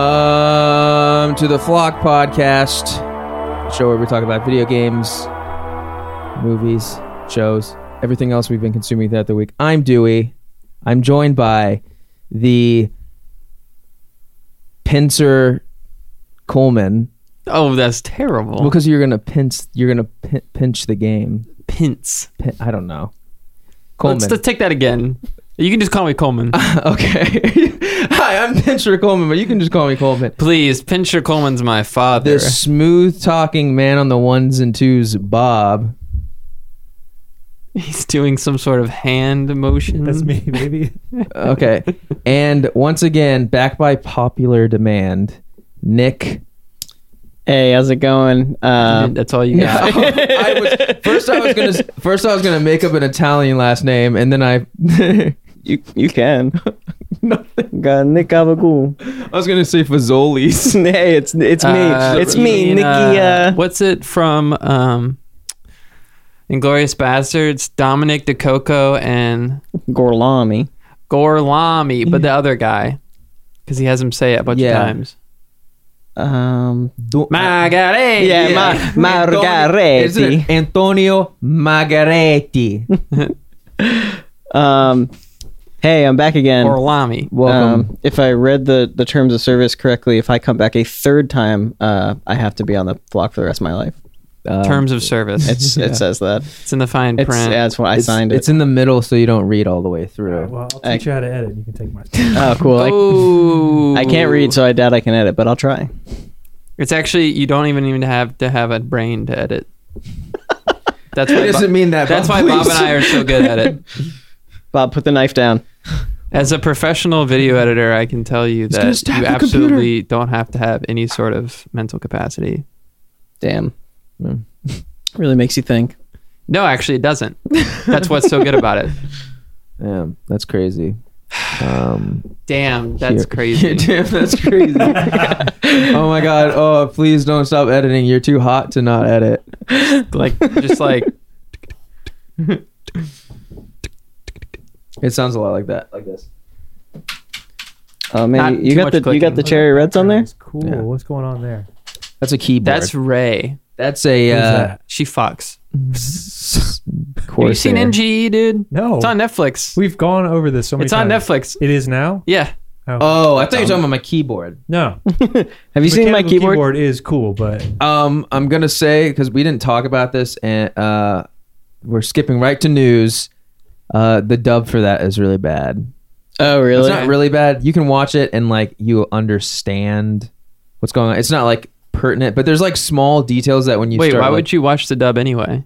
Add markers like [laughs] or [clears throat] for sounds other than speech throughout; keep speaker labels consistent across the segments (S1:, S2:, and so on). S1: Welcome to the Flock Podcast, the show where we talk about video games, movies, shows, everything else we've been consuming throughout the week. I'm Dewey. I'm joined by the pincer Coleman
S2: Oh, that's terrible.
S1: because you're gonna pinch. You're gonna pin, pinch the game.
S2: Pints.
S1: Pin, I don't know. Coleman.
S2: Let's, let's take that again. You can just call me Coleman.
S1: [laughs]
S3: Ah.
S1: okay. [laughs] Hi, I'm Pincher Coleman, but you can just call me Coleman.
S2: Please, Pincher Coleman's my father.
S1: The smooth talking man on the ones and twos,
S3: [laughs]
S1: Bob.
S2: He's doing some sort of hand motion.
S4: That's me, maybe.
S1: Okay. and once again, back by popular demand, Nick.
S3: Hey, how's it going? Uh,
S2: That's all you got.
S1: [laughs] I was, first I was gonna first I was gonna make up an Italian last name and then I
S3: [laughs]
S1: [laughs]
S3: you you can. [laughs] Got Uh, Nick Gabagool.
S1: I was gonna say Fazoli's.
S3: [laughs] hey, it's it's me.
S2: Uh,
S3: it's
S2: you
S3: me,
S2: mean,
S3: Nicky. Uh,
S2: what's it from? Um, Inglorious Bastards, Dominic DeCoco and
S3: Gorlami.
S2: Gorlami, but the other guy, because he has him say it a bunch
S1: Yeah.
S2: of times.
S3: Um,
S2: Margarete.
S3: Yeah, Ma- Margaretti.
S1: Is it Antonio Margaretti.
S3: um, hey, I'm back again.
S2: Gorlami.
S1: Welcome.
S3: Um, if I read the, the terms of service correctly, if I come back a third time, uh, I have to be on the block for the rest of my life. [laughs]
S1: Um,
S2: Terms of service. It's,
S3: It's it says that.
S2: in the fine
S3: It's, yeah,
S2: print.
S3: that's what I
S1: it's,
S3: signed.
S1: it's
S3: it.
S1: in the middle, so you don't read all the way through.
S4: well, I'll
S3: I-
S4: teach you how to edit. You can take my.
S3: oh, cool. I,
S2: Oh.
S3: I can't read, so I doubt I can edit, but I'll try.
S2: It's actually you don't even even have to have a brain
S1: [laughs]
S2: to edit. That's
S1: It
S2: why.
S1: doesn't
S2: Bob,
S1: mean that.
S2: that's why Bob and I are so good at it.
S3: Bob, put the knife down.
S2: As a professional video editor, I can tell you
S1: gonna
S2: that
S1: stab
S2: you
S1: the computer.
S2: absolutely don't have to have any sort of mental capacity.
S3: Damn.
S1: Yeah.
S3: Really makes you think.
S2: No, actually, it doesn't.
S1: [laughs]
S2: That's what's so good about it.
S1: Yeah, that's crazy. Um,
S2: Damn, [sighs]
S1: [laughs]
S2: that's
S1: here-
S2: crazy.
S1: Damn, that's crazy.
S2: [laughs]
S1: oh my god. Oh, please don't stop editing. You're too hot to not edit.
S2: [laughs] Like just like
S1: It sounds a lot like that. Like this.
S3: Oh
S2: Not
S3: man, you- you
S2: too
S3: got
S2: much
S3: the you
S2: clicking.
S3: got the cherry reds on there.
S4: It's cool.
S1: Yeah.
S4: What's going on there?
S1: That's a keyboard.
S2: that's Ray.
S1: that's a.
S4: What is
S1: Uh,
S4: that?
S2: She fucks.
S1: Corsair.
S2: Have you seen NGE, dude?
S4: No.
S2: It's on Netflix.
S4: We've gone over this so many
S2: It's on
S4: times.
S2: Netflix.
S4: It is now.
S2: Yeah.
S1: Oh, I thought you were talking about my keyboard.
S4: No.
S3: Have you seen my
S4: Mechanical
S3: keyboard?
S4: is cool, but
S1: Um, I'm gonna say because we didn't talk about this, and uh, we're skipping right to news. Uh, the dub for that is really bad.
S3: Oh
S1: It's
S3: really?
S1: not really bad. You can watch it and like you understand what's going on. It's not like pertinent, but there's like small details that when you
S2: Wait,
S1: start,
S2: why
S1: like-
S2: would you watch the dub anyway?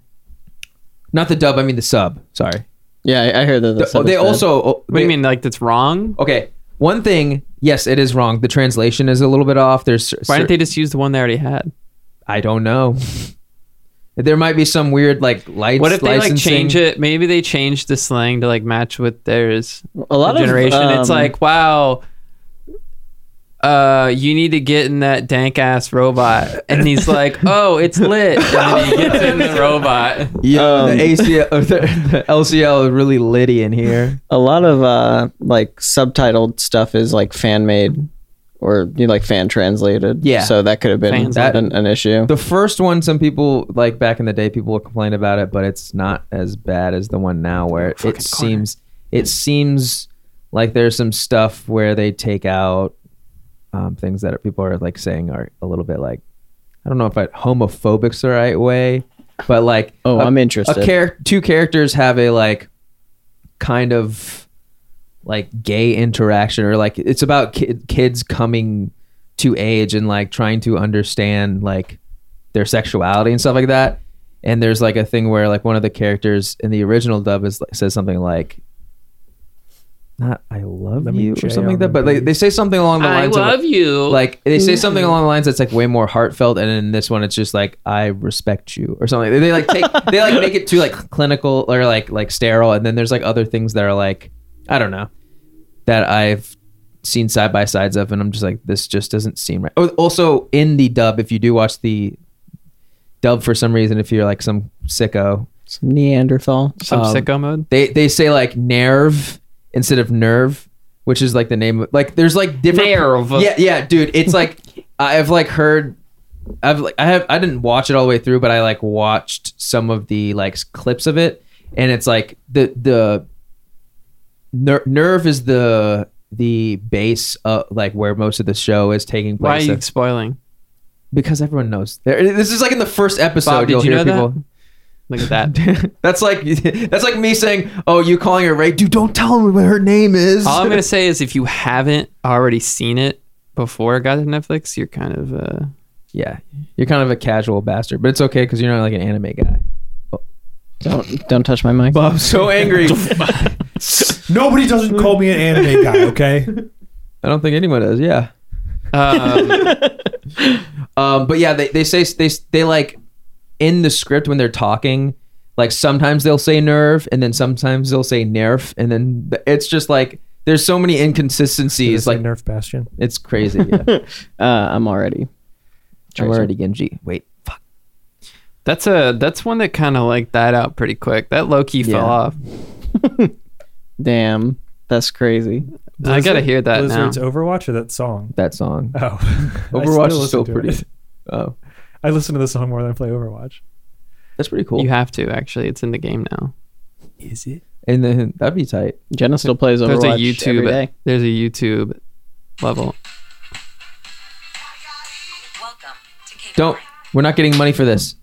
S1: not the dub? I mean the sub. Sorry.
S3: yeah, I, I heard that.
S1: The- they also. oh,
S2: What do
S1: they-
S2: you mean? Like that's wrong?
S1: Okay, one thing. Yes, it is wrong. The translation is a little bit off. There's. cer-
S2: Why didn't they just use the one they already had?
S1: I don't know. there might be some weird like lights.
S2: What if they like
S1: licensing.
S2: change it? Maybe they changed the slang to like match with theirs.
S3: a lot
S2: The
S3: of
S2: generation. it's
S3: um,
S2: like wow. Uh, you need to get in that dank ass robot,
S1: [laughs]
S2: and he's like, "Oh, it's lit," and then he gets in the
S1: [laughs]
S2: robot.
S1: Yeah,
S3: Um,
S1: the
S3: [laughs]
S1: ACL, or [laughs] the, the LCL is really litty in here.
S3: a lot of uh like subtitled stuff is like fan made, or you know, like fan translated.
S1: Yeah.
S3: So that could have been
S2: Fans-
S1: That-
S3: an, an issue.
S1: The first one, some people like back in the day, people would complain about it, but it's not as bad as the one now, where it,
S2: Fucking corner.
S1: seems it seems like there's some stuff where they take out um, things that people are like saying are a little bit like I don't know if I, homophobic's the right way, but like
S3: Oh,
S1: a-
S3: I'm
S1: a
S3: interested.
S1: char- two characters have a like kind of like gay interaction or like it's about ki- kids coming to age and like trying to understand like their sexuality and stuff like that and there's like a thing where like one of the characters in the original dub is says something like not i love
S4: Let me
S1: you or
S4: jail
S1: something like that
S4: them,
S1: but like,
S4: please.
S1: they say something along the
S2: I
S1: lines of
S2: love you.
S1: like they say something along the lines that's like way more heartfelt and in this one it's just like i respect you or something they, they, like take they like make it too like clinical or like like sterile and then there's like other things that are like i don't know that i've seen side by sides of and i'm just like this just doesn't seem right oh, also in the dub if you do watch the dub for some reason if you're like some sicko
S3: Some Neanderthal.
S2: some
S1: um,
S2: sicko mode.
S1: they they say like nerve instead of nerve which is like the name of like there's like different
S2: Nerve.
S1: yeah yeah dude it's
S2: [laughs]
S1: like i've like heard i've like i have i didn't watch it all the way through but i like watched some of the like clips of it and it's like the the ner- nerve is the the base of like where most of the show is taking
S2: Why are
S1: place
S2: you spoiling?
S1: because everyone knows there, this is like in the first episode
S2: Bob, did
S1: you'll
S2: you
S1: hear
S2: know that?
S1: people
S2: Look at
S1: [laughs]
S2: that.
S1: that's like that's like me saying, "Oh, you calling her Ray? Dude, don't tell me what her name is."
S2: All I'm gonna say is if you haven't already seen it before it got to Netflix, you're kind of uh
S1: [laughs] yeah, you're kind of a casual bastard, but it's okay because you're not like an anime guy.
S3: Don't don't touch my mic.
S1: I'm so angry.
S4: Nobody doesn't call me an anime guy, [laughs] okay?
S1: I don't think anyone does. Yeah.
S2: um,
S1: Um, but yeah, they, they say they they like in the script when they're talking, like sometimes they'll say nerve, and then sometimes they'll say nerf, and then th- it's just like there's so many inconsistencies.
S4: He's like
S1: Like
S4: Nerf Bastion.
S1: it's crazy.
S4: [laughs]
S2: [laughs]
S1: Yeah.
S3: Uh, I'm already.
S1: I'm already Genji. Wait, fuck.
S2: that's a that's one that kinda like died out pretty quick. That low key
S1: Yeah.
S2: fell off.
S3: Damn, that's crazy.
S2: I gotta
S4: Blizzard-
S2: hear that
S4: Blizzard's
S2: now.
S4: Overwatch or that song?
S1: That song.
S4: Oh. [laughs] I still
S1: Overwatch is
S4: listen
S1: so
S4: to
S1: pretty.
S4: it.
S1: Oh,
S4: [laughs] I listen to the song more than I play Overwatch.
S1: that's pretty cool.
S2: You have to actually. It's in the game now.
S4: Is it?
S1: And then that'd be tight.
S3: Jenna still plays Overwatch
S2: There's a
S3: every
S2: YouTube.
S3: day.
S2: There's a YouTube level.
S5: Welcome to Cape
S1: Don't. We're not getting money for this.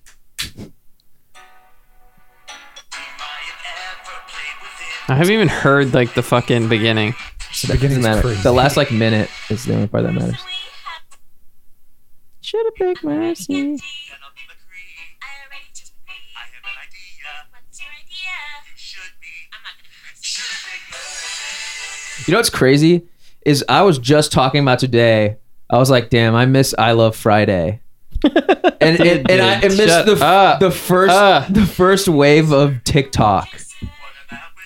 S2: I haven't even heard like the fucking beginning. [laughs]
S4: The beginning's
S1: Doesn't matter.
S4: crazy.
S1: The last like minute is the only part that matters.
S3: Should have picked Mercy.
S1: You know what's crazy is I was just talking about today. I was like, damn, I miss I Love
S2: [laughs]
S1: Friday. and and, and I I missed
S2: Shut
S1: the f-
S2: up.
S1: the first
S2: Uh.
S1: the first wave of TikTok.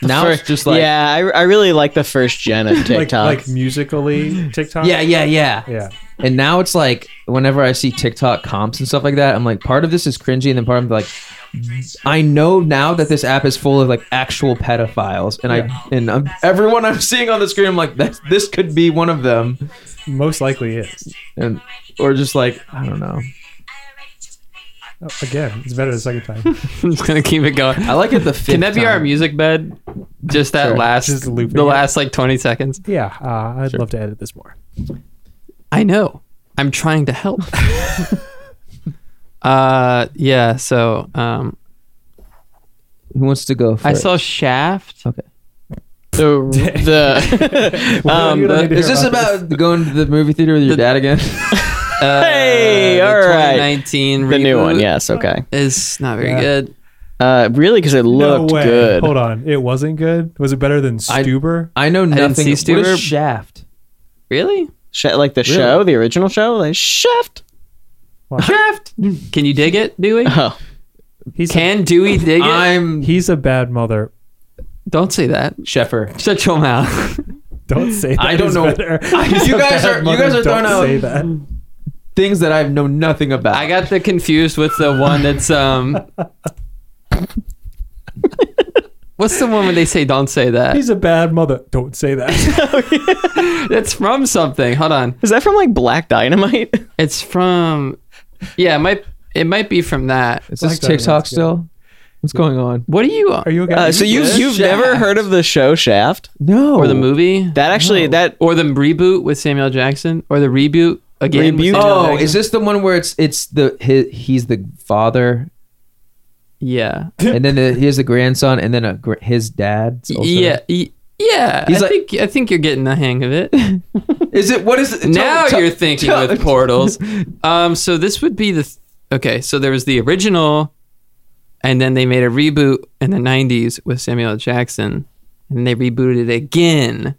S1: Now it's just like yeah.
S3: yeah, I, I really like the first
S2: [laughs]
S3: gen of
S4: like,
S3: TikTok.
S4: like musically TikTok.
S1: yeah, yeah, yeah,
S4: Yeah.
S1: And now it's like whenever I see TikTok comps and stuff like that, I'm like, part of this is cringy, and then part of like, I know now that this app is full of like actual pedophiles, and I and I'm, everyone I'm seeing on the screen, I'm like, that this could be one of them,
S4: Most likely it.
S1: and or just like I don't know.
S4: Oh, again, it's better the second time.
S2: I'm just gonna keep it going.
S1: I like it the fifth
S2: Can that be our
S1: time.
S2: music bed? Just that
S1: Sure.
S2: last,
S4: Just looping
S2: the
S4: it.
S2: last like 20 seconds.
S4: yeah, uh, I'd love to edit this more.
S2: I know. I'm trying
S1: [laughs]
S2: to help. uh, yeah. So, um,
S1: Who wants to go? First?
S2: I saw Shaft.
S3: the the
S4: Well, you
S3: um
S4: don't need to
S1: Is
S4: hear
S1: this about going to the movie theater with your
S2: The-
S1: dad again? [laughs]
S2: Uh,
S3: Hey,
S2: the
S3: all right.
S2: 2019
S3: the new
S2: reboot
S3: one. Yes, okay.
S2: is not very
S4: Yeah.
S2: good.
S3: Uh, really, because it looked
S4: no way.
S3: good.
S4: Hold on, it wasn't good. Was it better than
S1: I-
S4: Stuber?
S1: I know
S2: didn't
S1: nothing.
S2: see
S1: What
S2: Stuber.
S1: is Shaft?
S2: Really?
S3: Sh- like the show, the original show, like Shaft.
S2: Shaft. Can you dig
S1: [laughs]
S2: it, Dewey?
S3: [laughs] Oh,
S4: He's
S2: Can Dewey dig it?
S1: I'm
S4: a, he's a bad mother.
S2: Don't say that.
S1: Sheffer.
S2: Shut your mouth. [laughs]
S4: Don't say that.
S1: I don't
S4: is
S1: know.
S4: better. He's
S1: You
S4: a
S1: guys
S4: bad
S1: are- you
S4: mother,
S1: guys are
S4: don't
S1: throwing out-
S4: Say that.
S1: Things that I know nothing about.
S2: I got the confused with the one that's um. [laughs] What's the one when they say "Don't say
S1: [laughs]
S2: that"?
S4: He's a bad mother. Don't say that.
S2: That's from something. Hold on.
S3: is that from like Black Dynamite?
S2: It's from. Yeah, it might it might be from that.
S1: Is
S4: Black
S1: this
S4: Diamond's
S1: TikTok
S4: good.
S1: still? What's going on?
S2: What are you
S4: Are you a guy?
S3: Uh, so you
S1: Yes.
S3: you've never
S1: Shaft.
S3: heard of the show Shaft?
S1: No.
S2: or the movie
S3: That actually that
S2: or the reboot with Samuel Jackson or the reboot again? with
S3: Reboot?
S2: Samuel
S1: Oh,
S2: Jackson?
S1: is this the one where it's it's the his, he's the father,
S2: yeah,
S1: and then the, he has the grandson, and then a, gr- his dad.
S2: yeah, y- yeah.
S1: He's
S2: I
S1: like-
S2: think I think you're getting the hang of it. [laughs]
S1: Is it what is it?
S2: now
S1: tell-
S2: you're
S1: tell-
S2: thinking
S1: tell- [laughs]
S2: with portals. Um, so this would be the th- okay. So there was the original, and then they made a reboot in the '90s with Samuel L. Jackson, and they rebooted it again,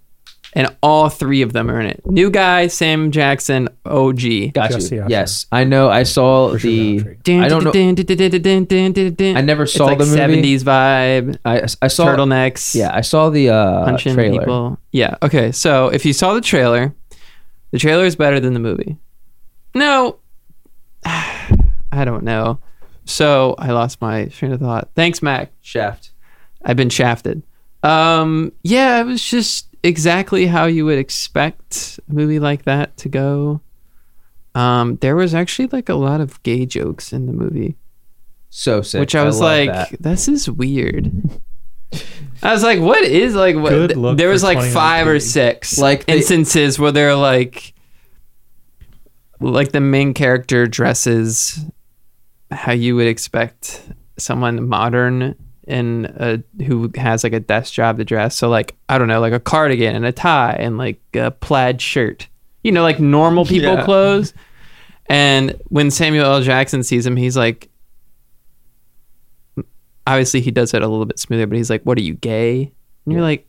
S2: and all three of them are in it. New guy, Sam Jackson, OG.
S1: Got
S4: Just the
S1: you.
S4: option.
S1: Yes, I know. I saw
S4: sure,
S1: the.
S4: that
S2: Dun,
S1: I don't know.
S2: dun, dun, dun, dun, dun, dun, dun, dun.
S1: I never
S2: It's
S1: saw
S2: like
S1: the movie.
S2: '70s vibe,
S1: I I saw.
S2: turtlenecks.
S1: Yeah, I saw the uh,
S2: punching
S1: trailer.
S2: people. Yeah. Okay. So if you saw the trailer, the trailer is better than the movie. No, [sighs] I don't know. So I lost my train of thought. Thanks, Mac.
S1: Shaft.
S2: I've been shafted. Um, yeah, it was just exactly how you would expect a movie like that to go. Um, there was actually like a lot of gay jokes in the movie,
S1: So sick.
S2: which I was
S1: love
S2: like,
S1: that.
S2: "This is weird." I was like, "What is like what?"
S4: Good
S2: th-
S4: look
S2: there
S4: for
S2: was like
S4: 2019.
S2: five or six
S1: Like,
S2: like
S1: they-
S2: instances where they're like, like the main character dresses how you would expect someone modern and uh, who has like a desk job to dress. So like I don't know, like a cardigan and a tie and like a plaid shirt. You know,
S1: [laughs]
S2: like normal people
S1: Yeah.
S2: clothes. And when Samuel L. Jackson sees him, he's like, obviously he does it a little bit smoother, but he's like, "What are you gay?" And you're like,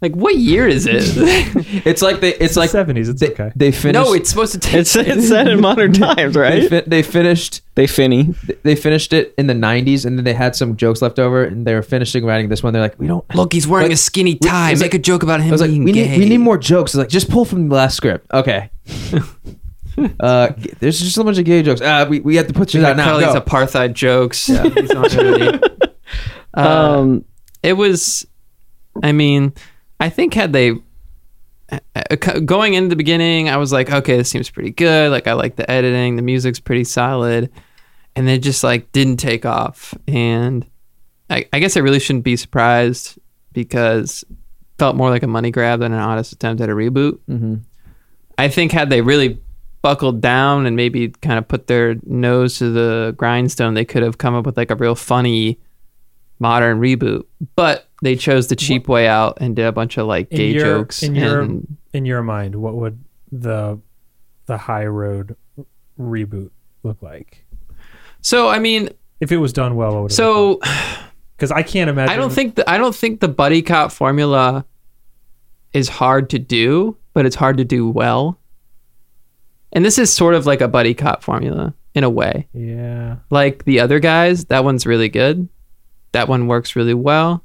S2: like what year is
S1: [laughs]
S2: it? [laughs]
S1: it's like they, it's,
S4: the
S1: like
S4: 70s, it's
S1: they,
S4: okay.
S1: They finished.
S2: no, it's supposed to take.
S3: It's it's set in modern times,
S1: they,
S3: right?
S1: fi- they finished.
S3: They finny.
S1: They finished it in the '90s, and then they had some jokes left over, and they were finishing writing this one. They're like, we don't.
S2: [laughs] Look, he's wearing
S1: Like,
S2: a skinny
S1: we-
S2: tie.
S1: it's
S2: Make
S1: like-
S2: a joke about him
S1: I was like,
S2: being
S1: we
S2: gay.
S1: need, we need more jokes. It's like, just pull from the last script.
S2: [laughs]
S1: Okay. uh, g- there's just a bunch of gay jokes. Uh, we, we have to put
S2: She's
S1: you out now. Go.
S2: apartheid jokes. He's not really-
S1: [laughs]
S2: Uh,
S3: Um,
S2: it was, I mean, I think had they uh, uh, going into the beginning, I was like, okay, this seems pretty good. Like I like the editing, the music's pretty solid, and it just like didn't take off. And I, I guess I really shouldn't be surprised because it felt more like a money grab than an honest attempt at a reboot.
S4: Mm-hmm.
S1: Mhm.
S2: I think had they really buckled down and maybe kind of put their nose to the grindstone, they could have come up with like a real funny modern reboot. But they chose the cheap way out and did a bunch of like
S4: In
S2: gay
S4: your-
S2: jokes.
S4: in your-
S2: and
S4: In your mind, what would the the high road reboot look like
S2: so I mean,
S4: if it was done well? What would it
S2: so
S4: because I can't imagine.
S2: I don't think the, I don't think the buddy cop formula is hard to do, but it's hard to do well. And this is sort of like a buddy cop formula in a way.
S4: Yeah,
S2: like the other guys that one's really good that one works really well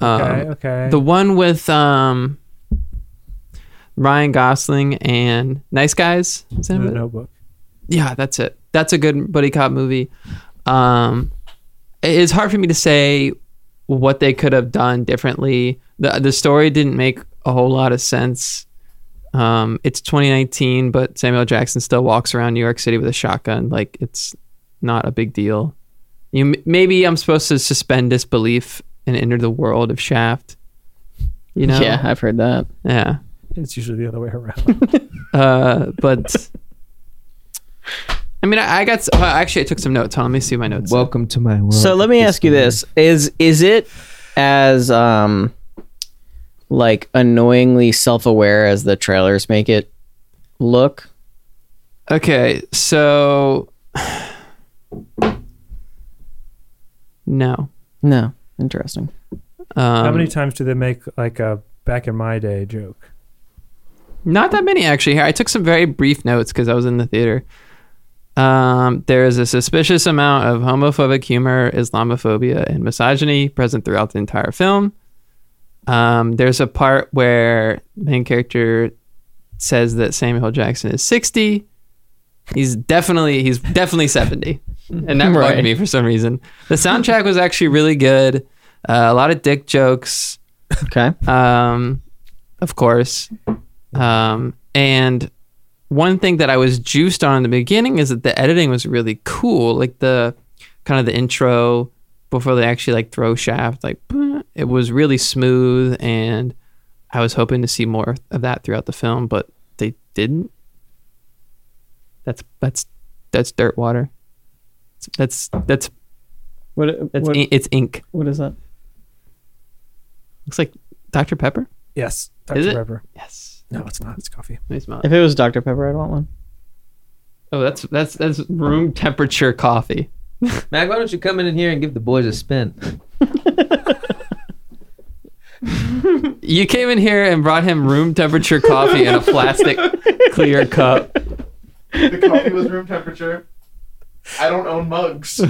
S2: um,
S4: okay, okay.
S2: the one with um, ryan gosling and nice guys is that
S4: The
S2: it?
S4: Notebook.
S2: yeah that's it that's a good buddy cop movie um, it- it's hard for me to say what they could have done differently the, the story didn't make a whole lot of sense um, it's 2019 but samuel jackson still walks around new york city with a shotgun like it's not a big deal you m- maybe i'm supposed to suspend disbelief and enter the world of shaft you know
S3: yeah, I've heard that.
S2: yeah
S4: It's usually the other way around.
S2: uh, but [laughs] I mean, I, I got s- well, actually, I took some notes. Hold on, let me see my notes.
S1: Welcome to my world.
S3: So let me ask you this: is is it as um like annoyingly self-aware as the trailers make it look?
S2: okay, so [sighs] no.
S3: No, interesting.
S2: Um,
S4: How many times do they make like a back in my day joke?
S2: Not that many actually. Here, I took some very brief notes because I was in the theater. Um, there is a suspicious amount of homophobic humor, Islamophobia, and misogyny present throughout the entire film. Um, there's a part where the main character says that Samuel Jackson is 60. He's definitely he's definitely 70, and that bugged
S3: Right.
S2: me for some reason. The soundtrack was actually really good. Uh, a lot of dick jokes
S3: Okay.
S2: um, of course. Um, and one thing that I was juiced on in the beginning is that the editing was really cool, like the kind of the intro before they actually like throw shaft, like [clears throat] it was really smooth, and I was hoping to see more of that throughout the film, but they didn't. That's that's that's dirt water. That's that's
S3: What
S2: that's in- it's ink.
S3: what is that?
S2: Looks like Dr Pepper.
S4: Yes, Dr.
S2: Is it?
S4: Pepper.
S2: Yes.
S4: No, it's not. It's coffee. [laughs]
S2: Let me smell it.
S3: If it was Dr. Pepper, I'd
S2: [laughs]
S3: want one.
S2: Oh, that's that's that's room temperature coffee.
S1: Mac, why don't you come in here and give the boys a spin?
S2: You came in here and brought him room temperature coffee in a
S3: [laughs]
S2: plastic clear cup.
S3: Uh,
S6: The coffee was room temperature. I don't own mugs.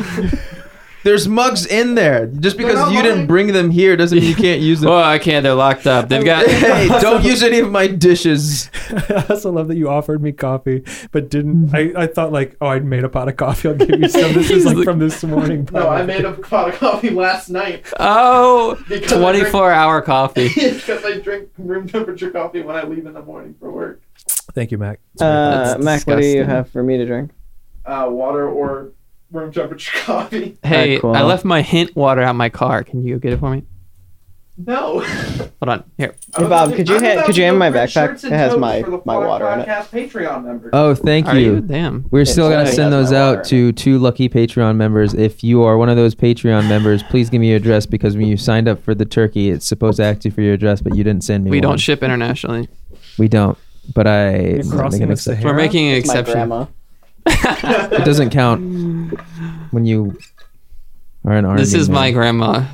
S1: There's mugs in there. Just because
S6: not
S1: you didn't
S6: mine.
S1: bring them here doesn't mean you can't [laughs] use them.
S2: Oh, I can't. They're locked up. They've
S1: [laughs]
S2: got. [laughs]
S1: hey, don't use any of my dishes.
S4: I also love that you offered me coffee, but didn't. I, I thought like, oh, I made a pot of coffee. I'll give you some. This is like from this morning.
S6: No, I made a [laughs] pot of coffee last night
S2: [laughs] Oh,
S6: Because I
S2: 24 hour coffee.
S6: because I drink room temperature coffee when I leave in the morning for work.
S4: Thank you, Mac.
S3: Uh,
S2: That's
S3: Mac, what do you
S2: disgusting.
S3: have for me to drink?
S6: Uh, water or room temperature [laughs] coffee?
S2: Hey,
S3: Alright, cool.
S2: I left my hint water out my car. Can you go get it for me?
S6: No. [laughs]
S2: Hold on. Here.
S6: I was
S3: Bob,
S6: thinking-
S3: could you
S6: I'm
S3: hand-
S6: about
S3: could
S6: to
S3: you hand
S6: go
S3: my
S6: print
S3: backpack?
S6: shirts and
S3: It has
S6: jokes
S3: my-
S6: for the
S3: my
S6: Flawed
S3: water in it.
S6: Podcast Patreon members.
S1: Oh, thank
S2: Are
S1: you.
S2: you? Damn.
S1: We're still
S3: It's
S1: gonna
S3: like-
S1: send those
S3: Yeah,
S1: out to two lucky Patreon members. If you are one of those Patreon members, please give me your address because when you signed up for the turkey, it's supposed to ask you for your address, but you didn't send me.
S2: We
S1: one.
S2: don't ship internationally.
S1: we don't. But I
S4: You're
S1: I'm making
S4: crossing the
S1: an exception.
S4: Sahara?
S2: We're making an
S3: It's my
S2: exception. [laughs]
S3: [laughs] grandma.
S1: It doesn't count
S4: [sighs]
S1: when you are an army.
S2: This is my
S1: man.
S2: grandma.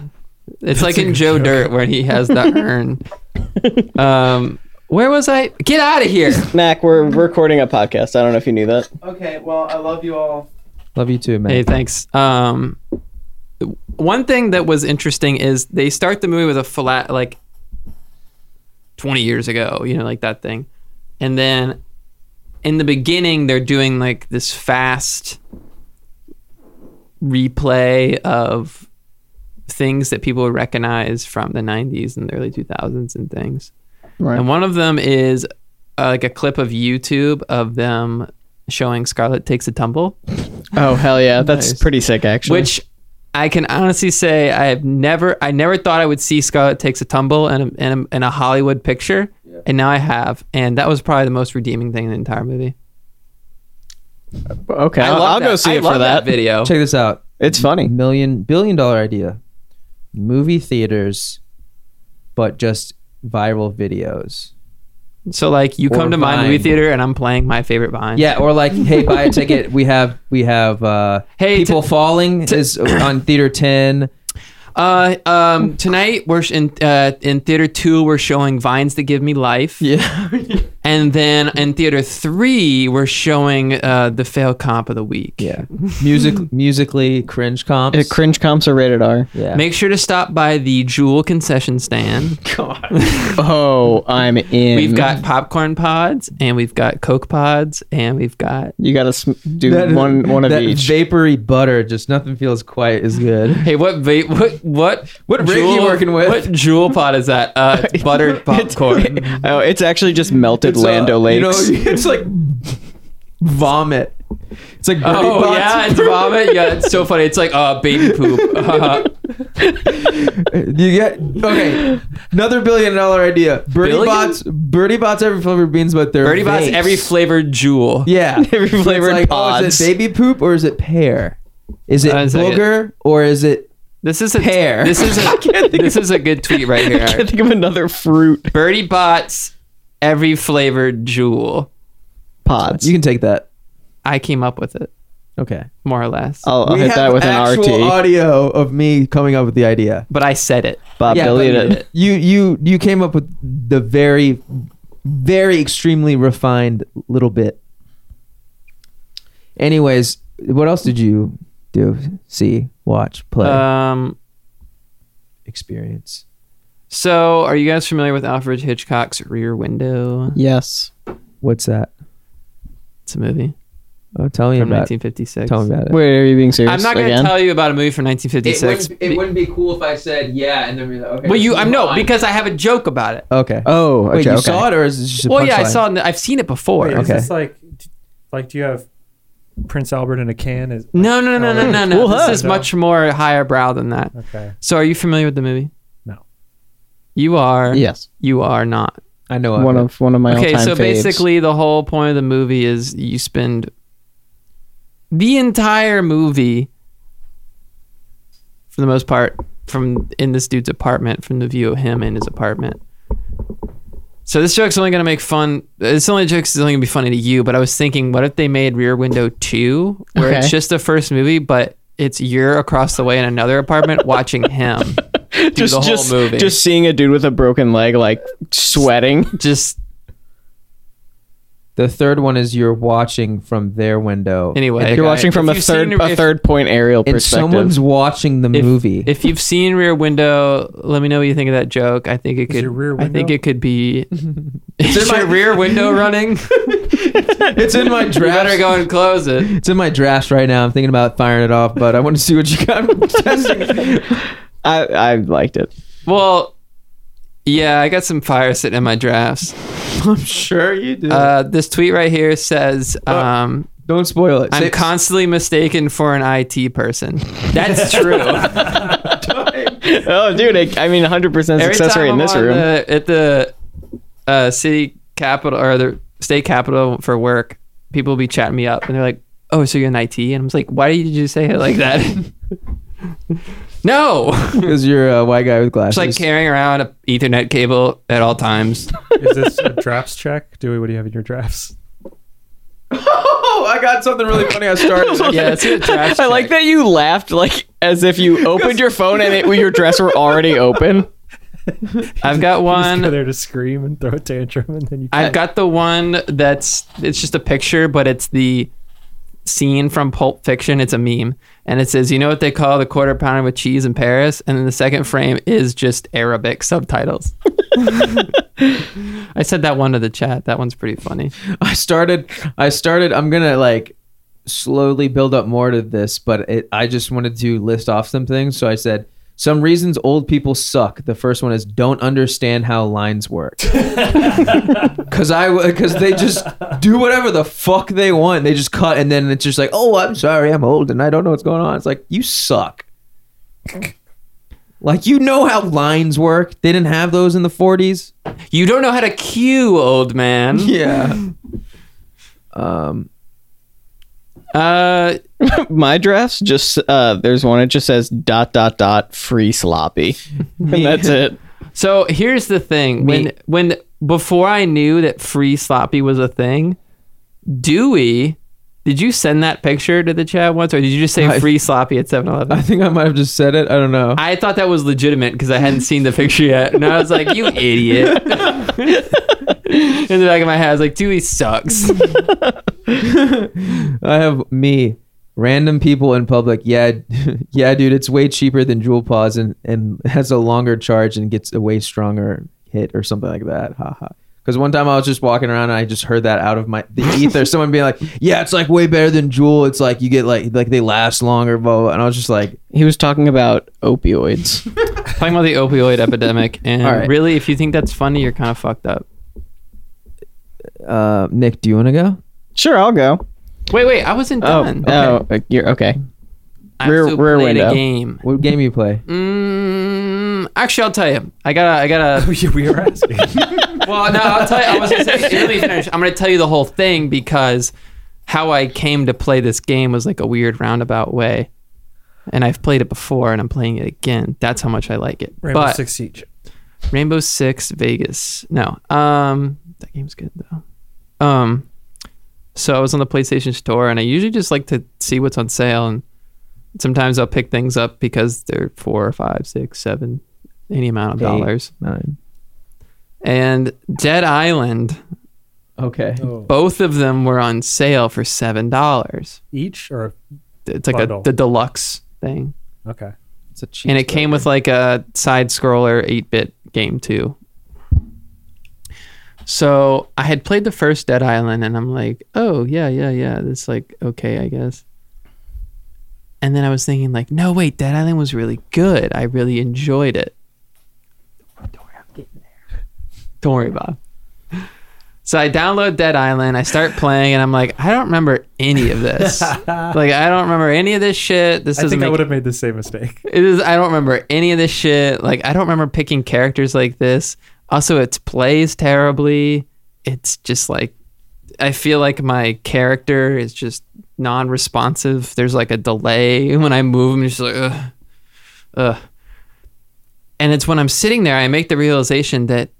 S2: It's like
S4: a
S2: in
S4: good
S2: Joe
S4: joke.
S2: Dirt where he has the urn.
S3: Uh.
S2: um, where was I? Get out of here.
S3: Mac, we're recording a podcast. I don't know if you knew that.
S6: [laughs] Okay, well, I love you all.
S1: Love you too, man.
S2: Hey, thanks. Um, one thing that was interesting is they start the movie with a flat like twenty years ago, you know, like that thing, and then in the beginning they're doing like this fast replay of things that people recognize from the 90s and the early 2000s and things
S3: Right.
S2: and one of them is uh, like a clip of youtube of them showing scarlett takes a tumble
S3: Oh hell yeah, that's
S2: Nice.
S3: pretty sick actually.
S2: which I can honestly say I have never I never thought I would see Scarlett takes a tumble in a, in a, in a Hollywood picture, and now I have, and that was probably the most redeeming thing in the entire movie.
S3: okay,
S2: I
S3: I'll,
S2: love
S3: I'll
S2: that.
S3: go see
S2: I
S3: it for
S2: love
S3: that.
S2: video.
S1: Check this out.
S3: It's funny.
S1: Million billion dollar idea. Movie theaters, but just viral videos.
S2: So like you come
S1: Or
S2: to my
S1: Vine.
S2: movie theater and I'm playing my favorite Vine.
S1: Yeah, or like, hey, buy a ticket. We have we have uh,
S2: Hey,
S1: people
S2: t-
S1: falling is on theater ten.
S2: Uh, um, tonight we're sh- in uh, in theater two we're showing Vines that Give Me Life.
S1: Yeah,
S2: [laughs] And then in theater three we're showing uh, the fail comp of the week.
S1: yeah. Music, musically cringe comps.
S3: Uh, cringe comps are rated R.
S1: yeah,
S2: Make sure to stop by the Jewel concession stand.
S3: Oh, I'm in.
S2: We've got popcorn pods, and we've got Coke pods, and we've got.
S3: you got to sm- do
S1: That-
S3: one one of
S1: that
S3: each.
S1: Vapory butter, just nothing feels quite as
S2: [laughs]
S1: good.
S2: [laughs] Hey, what va- what what
S1: What rig you working with?
S2: What jewel pod is that? Uh, [laughs] it's
S3: [laughs]
S2: buttered popcorn.
S3: oh, it's actually just melted Lando
S1: uh, you know,
S3: Lakes.
S1: it's like vomit. It's like Bernie
S2: oh
S1: Bot's-
S2: yeah, [laughs] it's vomit. Yeah, it's so funny. It's like uh, baby poop. [laughs] Uh,
S1: [laughs]
S2: [laughs]
S3: [laughs]
S1: You get okay. Another billion dollar idea. Birdie
S2: Billion?
S1: bots. Birdie bots every flavor of beans, but they're
S2: Birdie Bot's
S1: vapes.
S2: every flavored jewel.
S1: Yeah.
S3: [laughs] Every
S1: So it's
S3: flavored
S1: like, Oh,
S3: pods.
S1: is it baby poop or is it pear? Is it
S2: Uh, it's like
S1: booger or is it
S2: This is a
S1: Pear.
S2: This [laughs] is a this is a good tweet [laughs] right
S3: [laughs] I
S2: here.
S3: can't think of another fruit
S2: Birdie Bot's every flavored jewel.
S3: pods.
S1: You can take that.
S2: I came up with it
S1: Okay.
S2: more or less,
S3: I'll, I'll
S1: we
S3: hit
S1: have
S3: that with an
S1: actual
S3: RT.
S1: audio of me coming up with the idea.
S2: but I said it.
S3: Bob
S1: Yeah,
S3: deleted
S1: but
S3: it.
S1: You you you came up with the very very extremely refined little bit. Anyways, what else did you do? See, watch, play,
S3: Uh,
S2: Um.
S1: experience.
S2: So, are you guys familiar with Alfred Hitchcock's Rear Window?
S3: Yes.
S1: What's that?
S2: It's a movie
S1: Oh, tell me
S2: from
S1: about. it.
S2: 1956.
S1: Tell me about it.
S3: Wait, are you being serious?
S2: I'm not going to
S3: again?
S2: tell you about a movie from 1956.
S1: be
S2: Be-
S1: cool if I said yeah and then we like, okay.
S2: well, you, I'm no, because I have a joke about it.
S1: okay.
S3: Oh,
S1: Wait,
S3: okay,
S1: you
S3: okay.
S1: saw it or is it just a
S2: Well, yeah, I
S1: punchline?
S2: saw. it. I've seen it before.
S4: Wait, is
S1: Okay.
S4: this like, d- like, do you have Prince Albert in a can? Is
S2: No, no, no, no, no, no.
S3: Cool, huh?
S2: This is much more higher brow than that.
S4: okay.
S2: So, are you familiar with the movie?
S4: No.
S2: You are.
S3: Yes.
S2: You are not.
S1: I know
S3: One of one of my
S2: okay,
S3: all-time
S2: so
S3: faves.
S2: basically, the whole point of the movie is you spend the entire movie, for the most part, from in this dude's apartment, from the view of him in his apartment. So this joke's only gonna make fun. This only joke's only gonna be funny to you. But I was thinking, what if they made Rear Window Two, where
S3: Okay.
S2: it's just the first movie, but it's you're across the way in another apartment watching him,
S3: [laughs]
S2: the
S3: just
S2: whole
S3: just
S2: movie.
S3: just seeing a dude with a broken leg like sweating.
S2: just
S1: The third one is you're watching from their window.
S2: Anyway,
S3: You're
S2: guy-
S3: watching from
S2: if
S3: a
S2: you've
S3: third
S2: seen-
S3: a
S2: if-
S3: third point aerial
S1: and
S3: perspective.
S1: someone's watching the
S2: if-
S1: movie.
S2: If you've seen Rear Window, let me know what you think of that joke. I think it
S4: Is
S2: could.
S4: your rear
S2: I think
S4: window-
S2: it could
S4: [laughs]
S2: be. is
S1: in
S2: your
S1: my-
S2: rear window running?
S1: it's in my
S2: [laughs] you better
S1: draft.
S2: go and close it.
S1: It's in my draft right now. I'm thinking about firing it off, but I want to see what you
S2: [laughs]
S1: got.
S3: I I liked it.
S2: Well, yeah, I got some fire sitting in my drafts.
S1: I'm sure you do.
S2: Uh, this tweet right here says,
S4: Uh,
S2: um,
S1: Don't spoil it.
S2: "I'm
S1: Say-
S2: constantly mistaken for an IT person." That's
S4: [laughs]
S2: true.
S3: [laughs] Oh, dude! It, I mean, 100 percent
S2: Every
S3: success
S2: time
S3: rate in
S2: I'm
S3: this
S2: on
S3: room.
S2: the- at the uh, city capital or the state capital for work, people will be chatting me up and they're like, "Oh, so you're in IT?" And I'm just like, "Why did you say it like that?" [laughs] no, [laughs]
S1: Because you're a white guy with
S2: it's
S1: glasses.
S2: like carrying around an Ethernet cable at all times.
S4: Is this a drafts check? Dewey, what do you have in your drafts? [laughs]
S1: oh, I got something really funny. I
S2: [laughs]
S1: started.
S2: Yeah,
S3: [laughs]
S2: it's a trash.
S3: I like
S2: check.
S3: that you laughed like as
S1: [laughs]
S3: if you opened your phone and it, your dress were already open. [laughs]
S2: I've got
S4: You just go
S2: one.
S4: there to scream and throw a tantrum, and then you.
S2: I've got the one that's it's just a picture, but it's the scene from Pulp Fiction. It's a meme, and it says, "You know what they call the quarter pounder with cheese in Paris?" And then the second frame is just Arabic subtitles. [laughs] I said that one to the chat. That one's pretty funny.
S1: I started. I started. I'm gonna like slowly build up more to this, but it, I just wanted to list off some things. So I said some reasons old people suck. The first one is don't understand how lines work. Cause I because they just do whatever the fuck they want. They just cut and then it's just like, oh, I'm sorry, I'm old and I don't know what's going on. It's like you suck. Like you know how lines work. They didn't have those in the 40s.
S2: You don't know how to cue, old man.
S1: Yeah. Um.
S2: Uh,
S3: My drafts just uh, there's one. It just says dot dot dot
S1: [laughs]
S3: free sloppy, and that's it.
S2: So here's the thing: when
S1: Me.
S2: when before I knew that free sloppy was a thing, Dewey, did you send that picture to the chat once, or did you just
S3: [laughs]
S2: say
S1: I-
S2: free sloppy at Seven Eleven?
S1: I think I might have just said it. I don't know.
S2: I thought that was legitimate because I hadn't seen the picture yet, and I was like,
S3: [laughs]
S2: "You idiot!" In the back of my head, I was like, "Dewey
S3: [laughs]
S2: sucks."
S1: I have me, random people in public. Yeah, [laughs] yeah, dude, it's way cheaper than Jewel Paws and, and has a longer charge and gets a way stronger hit or something like that. Haha. Because one time I was just walking around and I just heard that out of my the [laughs] ether. Someone being like, "Yeah, it's like way better than Jewel. It's like you get like like they last longer." Blah, blah. blah." And I was just like,
S3: He was talking about opioids.
S1: [laughs]
S2: Talking about the opioid epidemic, and
S1: All right.
S2: really, if you think that's funny, you're kind of fucked up.
S1: uh, "Nick, do you want to go?"
S3: sure, I'll go.
S2: Wait, wait, I wasn't
S3: Oh,
S2: done.
S3: oh, uh, you're okay.
S2: I
S3: rear-
S2: also
S3: rear
S2: played
S3: window.
S2: a game.
S1: What game you play?
S2: Mm, actually, I'll tell you. I gotta, I gotta.
S4: yeah, [laughs] we were asking.
S2: Well, no, I'll tell you. I was gonna say, let me finish. I'm gonna tell you the whole thing because how I came to play this game was like a weird roundabout way, and I've played it before, and I'm playing it again. That's how much I like it.
S4: Rainbow
S2: but
S4: Six Siege.
S2: Rainbow Six Vegas. No, um, that game's good though. Um, so I was on the PlayStation Store, and I usually just like to see what's on sale, and sometimes I'll pick things up because they're four, five, six, seven, any amount of
S1: Eight.
S2: dollars.
S1: Nine.
S2: And Dead Island.
S1: Okay.
S4: Oh.
S2: both of them were on sale for seven dollars.
S4: Each or
S2: It's like
S4: Bundle.
S2: a the deluxe thing,
S4: okay.
S1: It's a cheap.
S2: and it came with like a side scroller eight bit game too. So I had played the first Dead Island, and I'm like, oh yeah, yeah, yeah. It's like okay, I guess. And then I was thinking like, no wait, Dead Island was really good. I really enjoyed it. Don't worry, I'm getting there. Don't worry, Bob. So I download Dead Island, I start playing, and I'm like, I don't remember any of
S4: [laughs]
S2: this. like I don't remember any of this shit. This
S4: I
S2: doesn't
S4: think I
S2: make
S4: would have made the same mistake.
S2: it is I don't remember any of this shit. Like I don't remember picking characters like this. Also, it plays terribly. It's just like I feel like my character is just non-responsive. There's like a delay when I move. I'm just like ugh, ugh. And it's when I'm sitting there, I make the realization that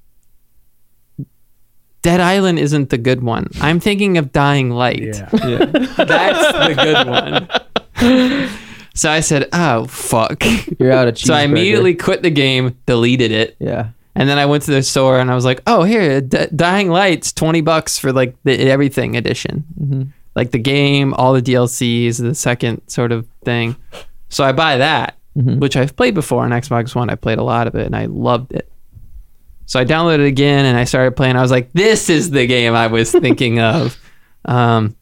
S2: Dead Island isn't the good one. I'm thinking of Dying Light.
S4: Yeah.
S2: That's the good one. so I said, "Oh fuck."
S1: You're out of cheese.
S2: So I immediately quit the game, deleted it,
S1: Yeah.
S2: And then I went to the store and I was like, oh, here, D- Dying Light's 20 bucks for like the everything edition. Like the game, all the DLCs, the second sort of thing. So I buy that, which I've played before on Xbox One. I played a lot of it and I loved it. So I downloaded it again and I started playing. I was like, this is the game I was thinking of. Um,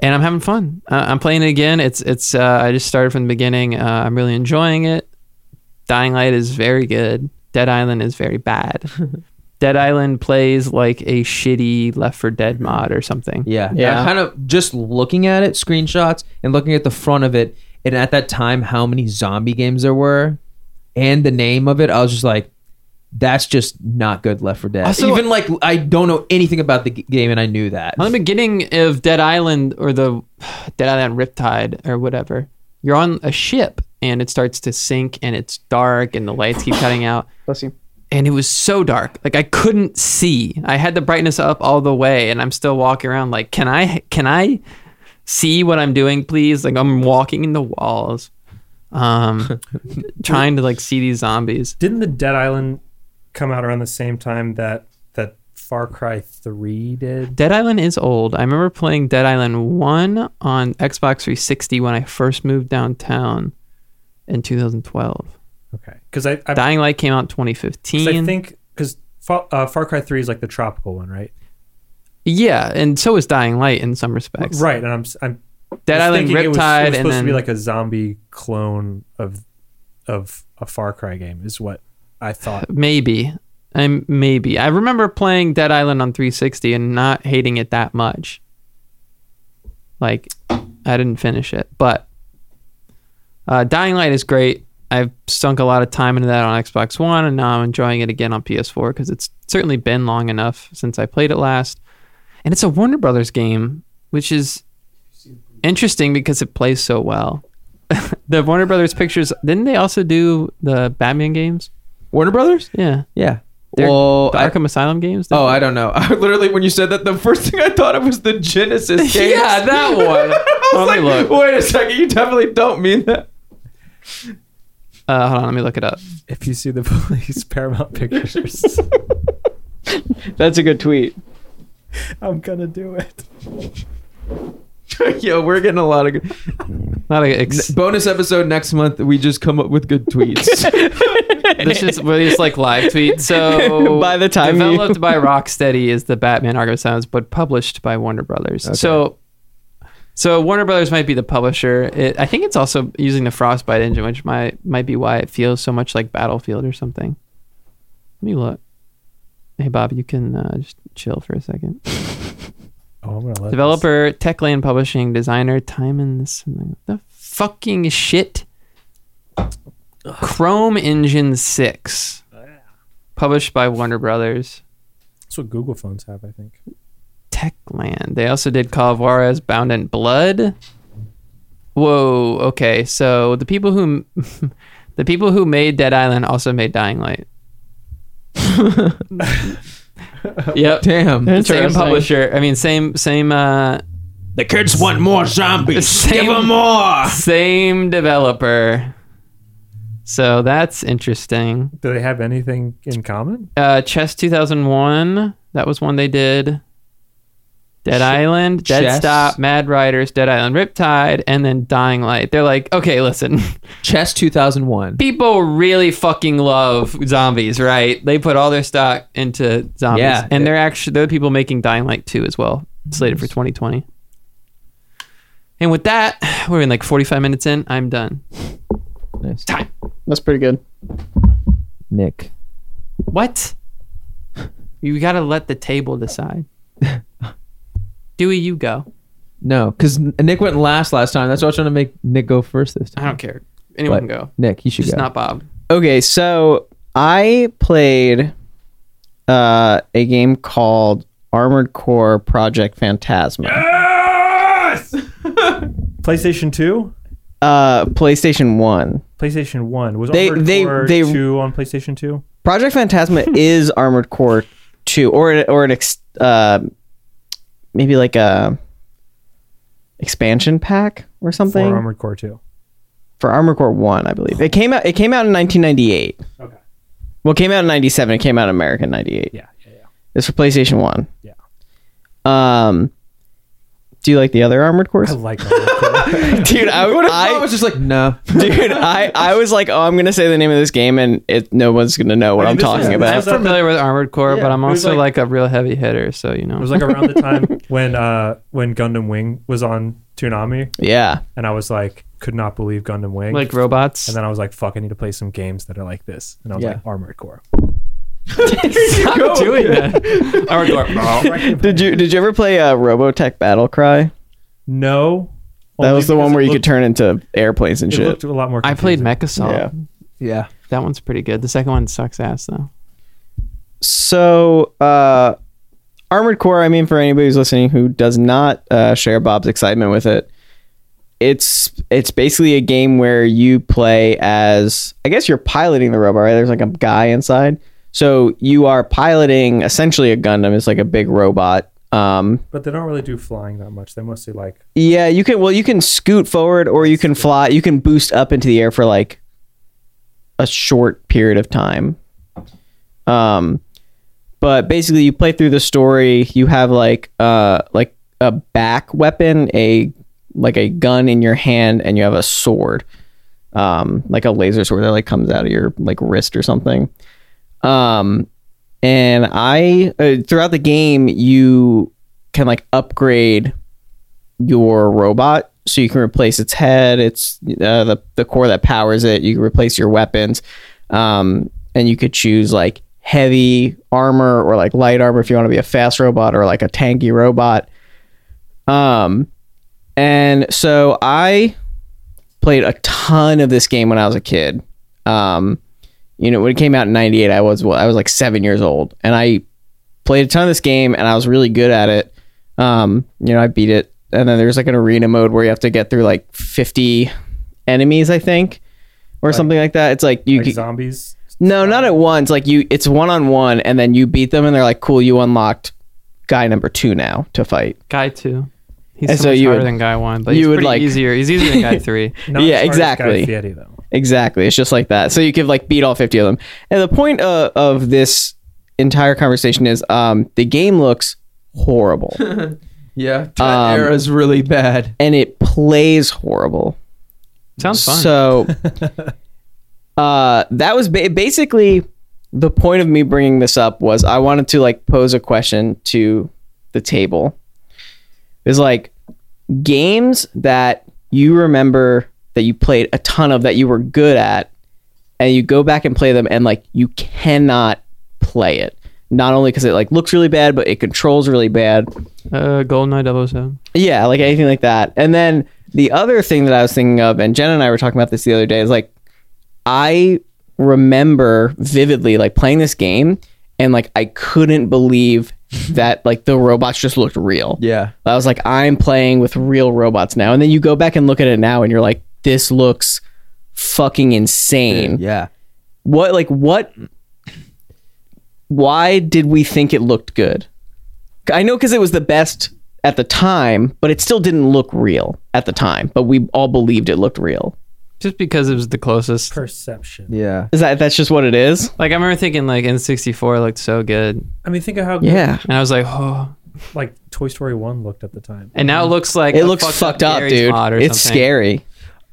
S2: and I'm having fun. I- I'm playing it again. It's it's. Uh, I just started from the beginning. Uh, I'm really enjoying it. Dying Light is very good. Dead Island is very bad. Dead Island plays like a shitty Left for Dead mod or something.
S1: Yeah.
S3: Yeah.
S1: I kind of just looking at it, screenshots, and looking at the front of it, and at that time, how many zombie games there were, and the name of it, I was just like, that's just not good Left for Dead.
S2: Also-
S1: Even like, I don't know anything about the g- game, and I knew that.
S2: On the beginning of Dead Island or the [sighs] Dead Island Riptide or whatever, you're on a ship and it starts to sink and it's dark and the lights keep cutting out.
S3: [sighs] Bless you.
S2: and it was so dark like i couldn't see i had the brightness up all the way and i'm still walking around like can i can i see what i'm doing please like i'm walking in the walls
S3: [laughs]
S2: um trying to like see these zombies
S4: Didn't the Dead Island come out around the same time that that Far Cry Three did?
S2: dead island is old i remember playing dead island 1 on xbox 360 when i first moved downtown in 2012
S4: Okay, because I I,
S2: dying light came out in
S4: 'cause
S2: 2015
S4: I think because Far, uh, Far Cry Three is like the tropical one, right?
S2: yeah and so is dying light in some respects
S4: Right, and I'm s- I'm
S2: dead
S4: was
S2: island
S4: thinking it was, it
S2: riptide
S4: was
S2: and
S4: supposed
S2: then
S4: to be like a zombie clone of of a Far Cry game is what I thought.
S2: Maybe. I'm maybe. I remember playing Dead Island on 360 and not hating it that much. Like I didn't finish it, but uh, Dying Light is great. I've sunk a lot of time into that on Xbox One, and now I'm enjoying it again on PS4 because it's certainly been long enough since I played it last. And it's a Warner Brothers game, which is interesting because it plays so well. [laughs] the Warner Brothers pictures didn't they also do the Batman games?
S1: Warner Brothers?
S2: Yeah.
S1: Yeah.
S2: They're-
S1: well,
S2: The
S1: I,
S2: Arkham Asylum games?
S1: oh, I don't know. [laughs] I literally, when you said that, the first thing I thought of was the
S3: [laughs]
S1: Genesis game.
S2: Yeah, that
S1: [laughs]
S2: one.
S1: I was
S2: Let me
S1: like,
S2: look.
S1: wait a second, you definitely don't mean that.
S2: Uh, hold on, let me look it up.
S4: [laughs] If you see the police, [laughs] Paramount Pictures, [laughs]
S3: That's a good tweet.
S4: I'm gonna do it.
S1: [laughs] Yo, we're getting a lot of good.
S2: Not a, ex-
S1: Bonus episode next month, we just come up with good tweets.
S2: this is really just like live
S1: [laughs]
S2: tweet. So
S3: [laughs] By the time you-
S2: developed by Rocksteady is the Batman Arkham Asylum, but published by Warner Brothers. So, so Warner Brothers might be the publisher. It, I think it's also using the Frostbite engine, which might might be why it feels so much like Battlefield or something. Let me look. Hey Bob, you can uh, just chill for a second.
S4: Oh, I'm gonna let this-
S2: Developer, Techland Publishing, designer, time and this the fucking shit. Chrome Engine Six, published by Warner Brothers.
S4: That's what Google phones have, I think.
S2: Techland. They also did Call of Juarez, Bound in Blood. Whoa. Okay, so the people who [laughs] the people who made Dead Island also made Dying Light. yep.
S1: Damn.
S2: Same
S3: Interesting.
S2: publisher. I mean, same same uh
S1: [laughs] The kids want more zombies.
S2: Same-
S1: Give 'em more.
S2: same developer. So that's interesting.
S4: Do they have anything in common?
S2: Uh, Chess 2001, that was one they did. Dead Island, Dead
S1: Chess.
S2: Stop, Mad Riders, Dead Island Riptide, and then Dying Light. They're like, okay, listen, [laughs]
S1: Chess 2001.
S2: people really fucking love zombies, right? They put all their stock into zombies,
S1: Yeah.
S2: and they're actually they're the people making Dying Light 2 as well, slated for 2020. And with that, we're in like 45 minutes in. I'm done.
S1: Nice.
S3: That's pretty good.
S1: Nick.
S2: What? You gotta let the table [laughs] decide. Dewey, you go.
S1: No, because Nick went last last time. That's why I was trying to make Nick go first this time.
S2: I don't care. Anyone
S1: But
S2: can go.
S1: Nick, you should
S2: Just
S1: go.
S2: not Bob.
S3: Okay, so I played uh, a game called Armored Core Project Phantasma,
S4: PlayStation Two,
S3: uh, PlayStation One.
S4: PlayStation One was
S3: They-
S4: Armored
S3: they-
S4: Core
S3: they-
S4: Two on PlayStation Two.
S3: Project Phantasma
S2: Hmm.
S3: is Armored Core Two, or or an ex- uh, maybe like a expansion pack or something
S4: For Armored Core Two.
S3: for Armored Core One, I believe. It came out. It came out in 1998.
S4: Okay.
S3: Well, it came out in 97. It came out in America in 98.
S4: Yeah, yeah, yeah.
S3: It's for PlayStation 1.
S4: Yeah.
S3: Um, do you like the other Armored Cores?
S4: I like that.
S3: [laughs] dude,
S4: [laughs]
S3: I,
S1: I,
S3: I,
S1: was just like, no.
S3: dude, I, I was like, oh, I'm gonna say the name of this game, and it, no one's gonna know what
S4: I
S3: I'm
S4: mean, this
S3: talking
S4: is-
S3: about.
S2: I'm
S4: Is that the-
S2: familiar with Armored Core,
S4: Yeah,
S2: but I'm
S4: it was
S2: also
S4: like-
S2: like, a real heavy hitter, so you know.
S4: It was like around the time when uh when Gundam Wing was on Toonami, [laughs]
S3: yeah,
S4: and I was like, could not believe Gundam Wing.
S2: Like robots.
S4: and then I was like, fuck, I need to play some games that are like this. And I was
S1: Yeah.
S4: like, Armored Core.
S2: Stop doing
S4: [laughs]
S2: that. Armored Core.
S3: [laughs] did you did you ever play uh, Robotech Battle Cry?
S4: No.
S3: That
S4: only
S3: was the one
S4: because
S3: where
S4: it
S3: you could
S4: looked-
S3: turn into airplanes and
S4: It
S3: shit.
S4: looked a lot more.
S2: I played
S4: confusing.
S2: Mechasaw.
S3: Yeah.
S1: Yeah.
S2: That one's pretty good. The second one sucks ass though.
S3: so uh armored core i mean for anybody who's listening who does not uh, share bob's excitement with it it's it's basically a game where you play as i guess you're piloting the robot right there's like a guy inside so you are piloting essentially a gundam it's like a big robot um
S4: but they don't really do flying that much. They mostly like
S3: yeah, you can. Well, you can scoot forward, or you can fly. You can boost up into the air for like a short period of time. Um, but basically, you play through the story. You have like uh like a back weapon, a like a gun in your hand, and you have a sword, um, like a laser sword that like comes out of your like wrist or something. Um, and I uh, throughout the game, you can like upgrade your robot so you can replace its head it's uh, the, the core that powers it you can replace your weapons um, and you could choose like heavy armor or like light armor if you want to be a fast robot or like a tanky robot um, and so i played a ton of this game when i was a kid um, you know when it came out in 98 i was well, i was like seven years old and i played a ton of this game and i was really good at it um, you know, I beat it, and then there's like an arena mode where you have to get through like 50 enemies, I think, or something like that. It's like you
S4: like
S3: c-
S4: zombies.
S3: no, not at once. Like you, it's one on one, and then you beat them, and they're like, "Cool, you unlocked guy number two now to fight."
S2: Guy two. He's
S3: And
S2: so,
S3: so
S2: much
S3: you
S2: harder
S3: would-
S2: than guy one, but
S3: you
S2: he's
S3: would
S2: pretty
S3: like-
S2: easier. He's easier than guy three.
S4: Not
S3: Yeah,
S4: as hard as
S3: exactly.
S4: Guy Fieri, though.
S3: Exactly. It's just like that. So you could like beat all 50 of them. And the point uh, of this entire conversation is um, the game looks horrible.
S1: Yeah. That
S3: Um,
S1: era's really bad.
S3: and it plays horrible.
S2: Sounds fun.
S3: So
S2: [laughs]
S3: uh, that was ba- basically the point of me bringing this up was I wanted to like pose a question to the table. Is like games that you remember that you played a ton of that you were good at and you go back and play them and like you cannot play it. Not only cuz it like looks really bad but it controls really bad.
S2: uh, Goldeneye 007.
S3: Yeah, like anything like that. And then the other thing that I was thinking of, and Jen and I were talking about this the other day, is like I remember vividly like playing this game and like I couldn't believe that like the robots just looked real.
S1: Yeah.
S3: I was like, I'm playing with real robots now. And then you go back and look at it now and you're like, this looks fucking insane.
S1: Yeah.
S3: What like what why did we think it looked good? I know cuz it was the best at the time, but it still didn't look real at the time, but we all believed it looked real.
S2: Just because it was the closest.
S4: Perception.
S1: Yeah.
S3: Is that that's just what it is?
S2: Like I remember thinking like N64 looked so good.
S4: I mean, think of how good,
S3: Yeah.
S2: And I was like, oh.
S4: like Toy Story One looked at the time.
S2: And now it looks like
S3: It
S2: a
S3: looks fucked up,
S2: Gary's
S3: dude.
S2: mod or
S3: It's
S2: something.
S3: scary.
S2: Toy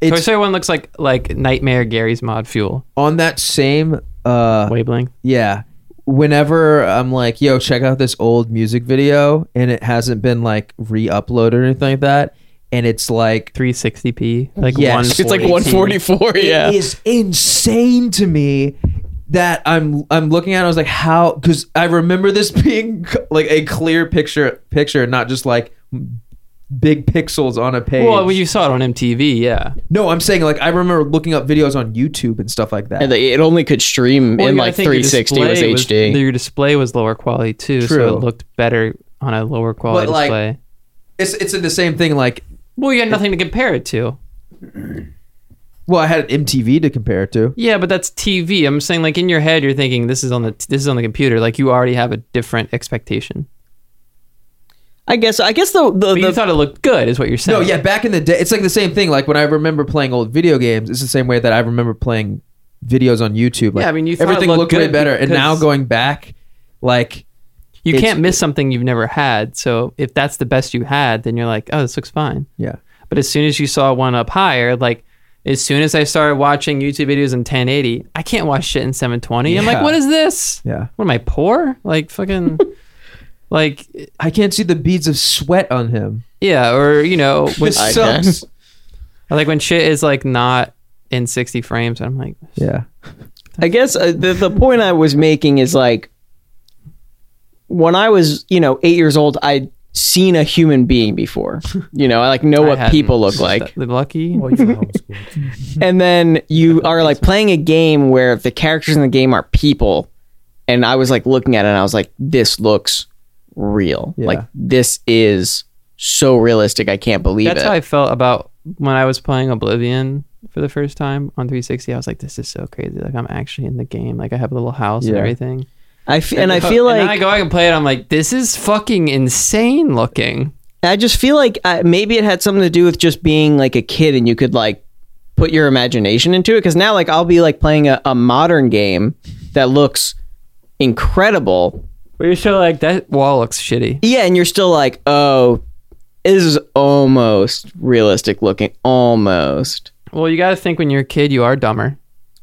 S1: It's
S2: Story One looks like like Nightmare Gary's mod fuel
S1: on that same uh
S2: wavelength.
S1: yeah. Whenever I'm like, yo, check out this old music video and it hasn't been like re uploaded or anything like that. And it's like
S2: 360p, like
S1: Yes.
S3: It's like
S2: 140p.
S3: 144, [laughs] yeah.
S1: It is insane to me that I'm I'm looking at. It, I was like, how? Because I remember this [laughs] being like a clear picture, picture, not just like big pixels on a page.
S2: Well, when you saw it on MTV, yeah.
S1: no, I'm saying like I remember looking up videos on YouTube and stuff like that.
S3: And they- it only could stream
S2: Well,
S3: in
S2: yeah, I
S3: like
S2: think your
S3: 360 was
S2: display
S3: HD.
S2: Your display was lower quality too,
S1: True.
S2: so it looked better on a lower quality
S1: But, like-
S2: display.
S1: it's it's in the same thing. Like,
S2: Well, you had nothing to compare it to.
S1: well, I had MTV to compare it to.
S2: Yeah, but that's TV. I'm saying like in your head, you're thinking this is on the this is on the computer. Like you already have a different expectation.
S3: I guess I guess the the,
S2: But you
S3: the
S2: thought it looked good, is what you're saying.
S1: No, yeah, back in the day, it's like the same thing. Like when I remember playing old video games, it's the same way that I remember playing videos on YouTube. Like,
S2: Yeah, I mean, you thought it
S1: everything
S2: looked
S1: looked, way
S2: good
S1: better, and now
S2: because-
S1: going back, like
S2: You
S1: It's-
S2: can't miss something you've never had. So if that's the best you had, then you're like, oh, this looks fine.
S1: yeah,
S2: But as soon as you saw one up higher, like as soon as I started watching YouTube videos in 1080, I can't watch shit in 720. I'm like,
S1: Yeah.
S2: what is this?
S1: yeah.
S2: What am I poor? Like fucking, [laughs] like
S1: I can't see the beads of sweat on him.
S2: yeah, or you know, when,
S1: Which sucks.
S2: like when shit is like not in 60 frames, I'm like,
S1: Yeah,
S3: I guess uh, the, the point I was making is like when I was, you know, eight years old, I'd seen a human being before. You know, I like know
S2: [laughs] I
S3: what
S2: hadn't.
S3: people look
S2: Just
S3: like.
S2: that- Lucky.
S4: Well, you were homeschooled.
S3: And then
S2: [laughs]
S3: you are like playing a game where the characters in the game are people. And I was like looking at it and I was like, this looks real.
S1: Yeah.
S3: Like, this is so realistic. I can't believe
S2: That's
S3: it.
S2: how I felt about when I was playing Oblivion for the first time on 360. I was like, this is so crazy. Like I'm actually in the game. Like I have a little house and
S1: Yeah.
S2: everything.
S3: I f- and I feel
S2: and
S3: like
S2: now I go back and play it. I'm like, this is fucking insane looking.
S3: I just feel like I, maybe it had something to do with just being like a kid and you could like put your imagination into it. Because now, like, I'll be like playing a, a modern game that looks incredible.
S2: But you're still like that wall looks shitty.
S3: Yeah, and you're still like, oh, this is almost realistic looking, almost.
S2: Well, you got to think when you're a kid, you are dumber.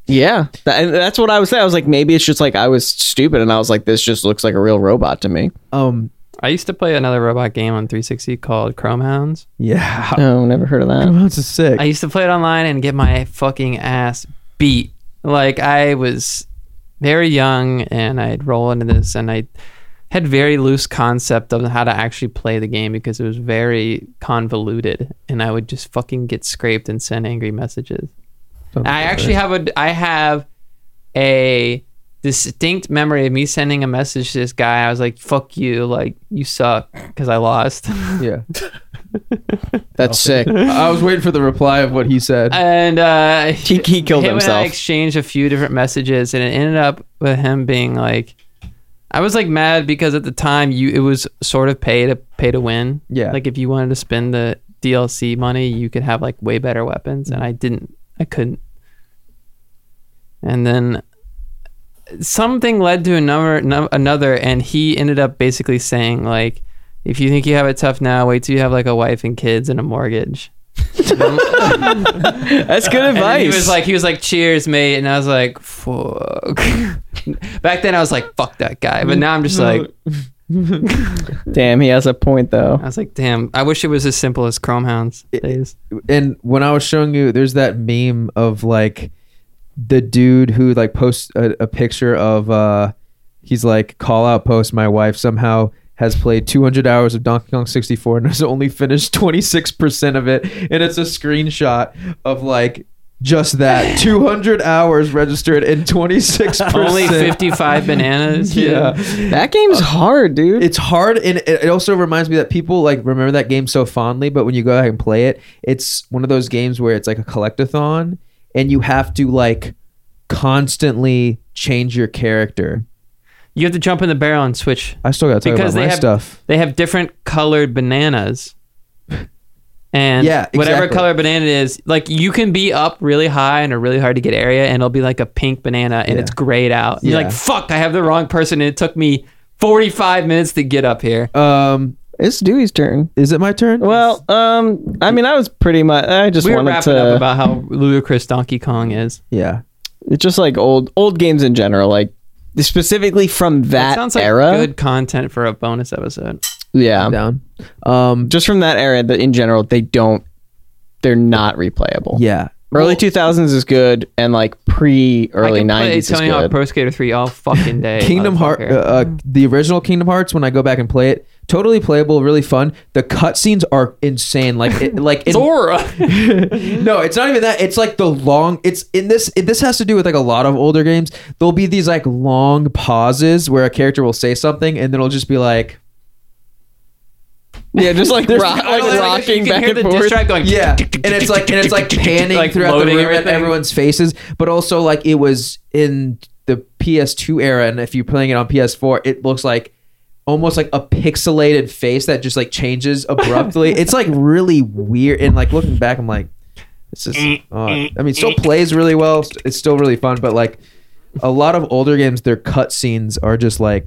S3: Yeah, Tha- and that's what I was saying. I was like, maybe it's just like I was stupid, and I was like, this just looks like a real robot to me.
S1: um,
S2: I used to play another robot game on 360 called Chrome Hounds.
S1: yeah. [laughs]
S3: Oh, never heard of that.
S1: That's sick.
S2: I used to play it online and get my fucking ass beat. Like I was very young and I'd roll into this and I had very loose concept of how to actually play the game because it was very convoluted and I would just fucking get scraped and send angry messages.
S1: Oh,
S2: I actually have a I have a distinct memory of me sending a message to this guy. I was like, "Fuck you, like you suck," because I lost.
S1: yeah.
S2: [laughs]
S3: That's sick.
S1: I was waiting for the reply of what he said.
S2: and uh, he,
S3: he killed
S2: him and I
S3: himself.
S2: exchanged a few different messages, and it ended up with him being like, "I was like mad because at the time you it was sort of pay to pay to win.
S1: Yeah.
S2: like if you wanted to spend the DLC money, you could have like way better weapons, and I didn't. I couldn't. And then something led to another no, another and he ended up basically saying like if you think you have it tough now wait till you have like a wife and kids and a mortgage
S3: That's good
S2: and then
S3: advice.
S2: he was like, he was like, "Cheers, mate," and I was like, "Fuck." [laughs] Back then, I was like, "Fuck that guy," but now I'm just like,
S3: Damn, he has a point though.
S2: I was like, "Damn, I wish it was as simple as Chrome Hounds days."
S1: and when I was showing you, there's that meme of like the dude who like posts a, a picture of uh he's like call out post my wife somehow has played 200 hours of Donkey Kong 64 and has only finished 26% of it and it's a screenshot of like just that 200 hours registered and 26% [laughs]
S2: Only 55 [laughs] bananas.
S1: yeah Uh,
S3: That game's hard, dude.
S1: it's hard and it it also reminds me that people like remember that game so fondly but when you go out and play it it's one of those games where it's like a collectathon and you have to like constantly change your character
S2: you have to jump in the barrel and switch.
S1: i still gotta talk
S2: Because
S1: about
S2: they
S1: my
S2: have-
S1: stuff
S2: They have different colored bananas. And
S1: Yeah,
S2: whatever
S1: exactly.
S2: color banana it is, like you can be up really high in a really hard to get area, and it'll be like a pink banana, and
S1: Yeah.
S2: it's grayed out. You're like,
S1: Yeah.
S2: "Fuck, I have the wrong person." And it took me 45 minutes to get up here.
S1: um
S3: It's Dewey's turn.
S1: is it my turn
S3: Well, um, I mean, I was pretty much. I just
S2: we were
S3: wanted
S2: wrapping
S3: to.
S2: up about how ludicrous Donkey Kong is.
S1: yeah
S3: it's just like old old games in general, like specifically from that,
S2: sounds like
S3: era.
S2: good content for a bonus episode.
S3: Yeah,
S1: i'm down um
S3: just from that era. That in general, they don't. They're not replayable.
S1: yeah
S3: Early two thousands is good, and like pre
S2: I
S3: early
S2: could play
S3: nineties is
S2: Tony Hawk
S3: good.
S2: Pro Skater 3 all fucking day.
S1: Kingdom Heart, uh,
S2: motherfucker.
S1: uh, the original Kingdom Hearts. When I go back and play it, totally playable, really fun. The cutscenes are insane. Like, it, like in-
S2: Zora.
S1: [laughs] no, it's not even that. It's like the long. It's in this. It, this has to do with like a lot of older games. There'll be these like long pauses where a character will say something, and then it'll just be like,
S3: yeah, just like, rock,
S1: I
S3: like
S1: don't know,
S3: rocking
S2: you can
S3: back
S2: hear
S3: and
S2: the
S3: forth.
S2: diss track going.
S1: yeah, and it's like and it's like panning
S2: Like
S1: throughout the
S2: loading
S1: room
S2: everything.
S1: at everyone's faces, but also like it was in the PS2 era, and if you're playing it on PS4, it looks like almost like a pixelated face that just like changes abruptly. it's like really weird, and like looking back, I'm like. It's just,
S2: Mm,
S1: oh, I mean, it still plays really well. It's still really fun, but like a lot of older games, their cutscenes are just like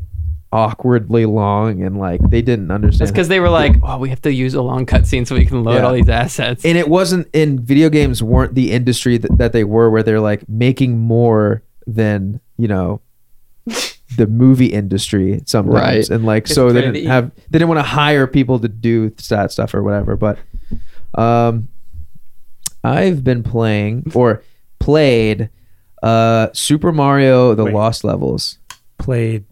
S1: awkwardly long and like they didn't understand.
S2: That's because they were like, oh, we have to use a long cutscene so we can load
S1: Yeah.
S2: all these assets.
S1: and it wasn't in video games weren't the industry that, that they were where they're like making more than you know the movie industry sometimes
S3: Right.
S1: and like so they
S2: pretty.
S1: didn't have they didn't want to hire people to do that stuff or whatever but um i've been playing or played uh super mario the
S4: Wait.
S1: lost levels
S4: Played.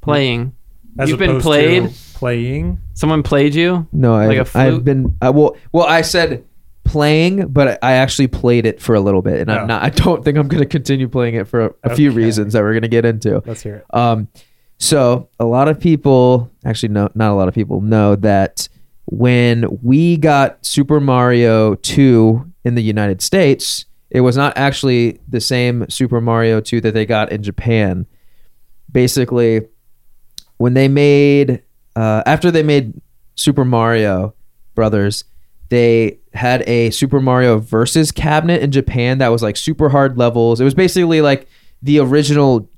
S2: playing.
S4: As
S2: You've been
S4: opposed to
S2: played?
S4: Playing.
S2: Someone played you?
S1: no I,
S2: Like a flute?
S1: i've been i well well i said playing but i actually played it for a little bit and
S4: Oh.
S1: i'm not i don't think i'm going to continue playing it for a, a few
S4: Okay.
S1: reasons that we're going to get into
S4: Let's hear it.
S1: Um, so a lot of people, actually, no, not a lot of people know that when we got Super Mario 2 in the United States, it was not actually the same Super Mario 2 that they got in Japan. Basically, when they made, uh, after they made Super Mario Brothers, they had a Super Mario versus cabinet in Japan that was like super hard levels. It was basically like the original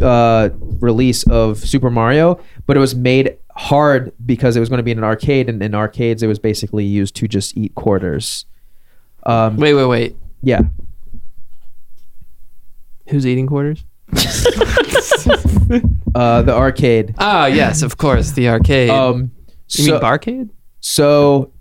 S1: uh, release of Super Mario, but it was made hard because it was going to be in an arcade, and in arcades it was basically used to just eat quarters. Um,
S2: Wait, wait, wait.
S1: yeah,
S2: Who's
S1: [laughs]
S2: eating quarters?
S1: uh, the arcade.
S2: Ah, yes, of course, the arcade.
S1: Um,
S2: you
S1: so-
S2: mean barcade?
S1: So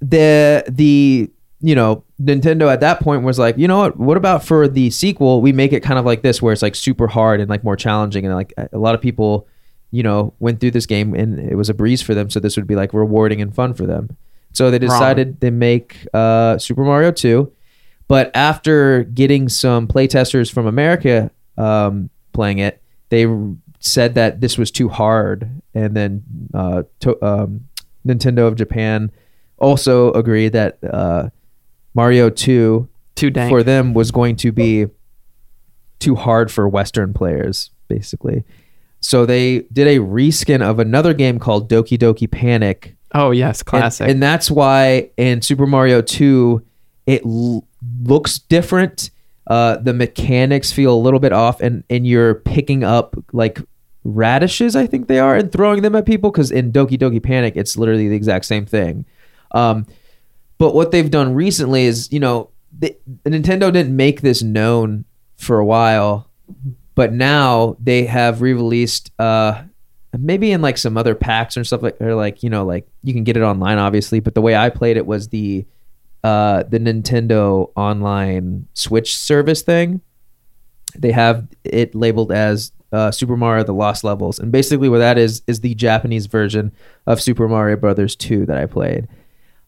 S1: the the you know Nintendo at that point was like, you know what? What about for the sequel? We make it kind of like this, where it's like super hard and like more challenging, and like a lot of people, you know, went through this game and it was a breeze for them. So this would be like rewarding and fun for them. So they decided they make uh, Super Mario Two, but after getting some playtesters from America um, playing it, they r- said that this was too hard, and then uh, to, um, Nintendo of Japan also agreed that uh, Mario Two
S2: Too dank.
S1: for them was going to be too hard for Western players, basically. So they did a reskin of another game called Doki Doki Panic,
S2: oh, yes,
S1: and-
S2: classic.
S1: And, that's why in Super Mario 2, it l- looks different. Uh, the mechanics feel a little bit off, and, and you're picking up like radishes, I think they are, and throwing them at people. Because in Doki Doki Panic, it's literally the exact same thing. Um, but what they've done recently is, you know, the, Nintendo didn't make this known for a while, but now they have re-released, uh, maybe in like some other packs or stuff like, or like you know, like you can get it online, obviously. But the way I played it was the uh, the Nintendo Online Switch service thing. They have it labeled as uh, Super Mario: The Lost Levels, and basically what that is is the Japanese version of Super Mario Brothers Two that I played.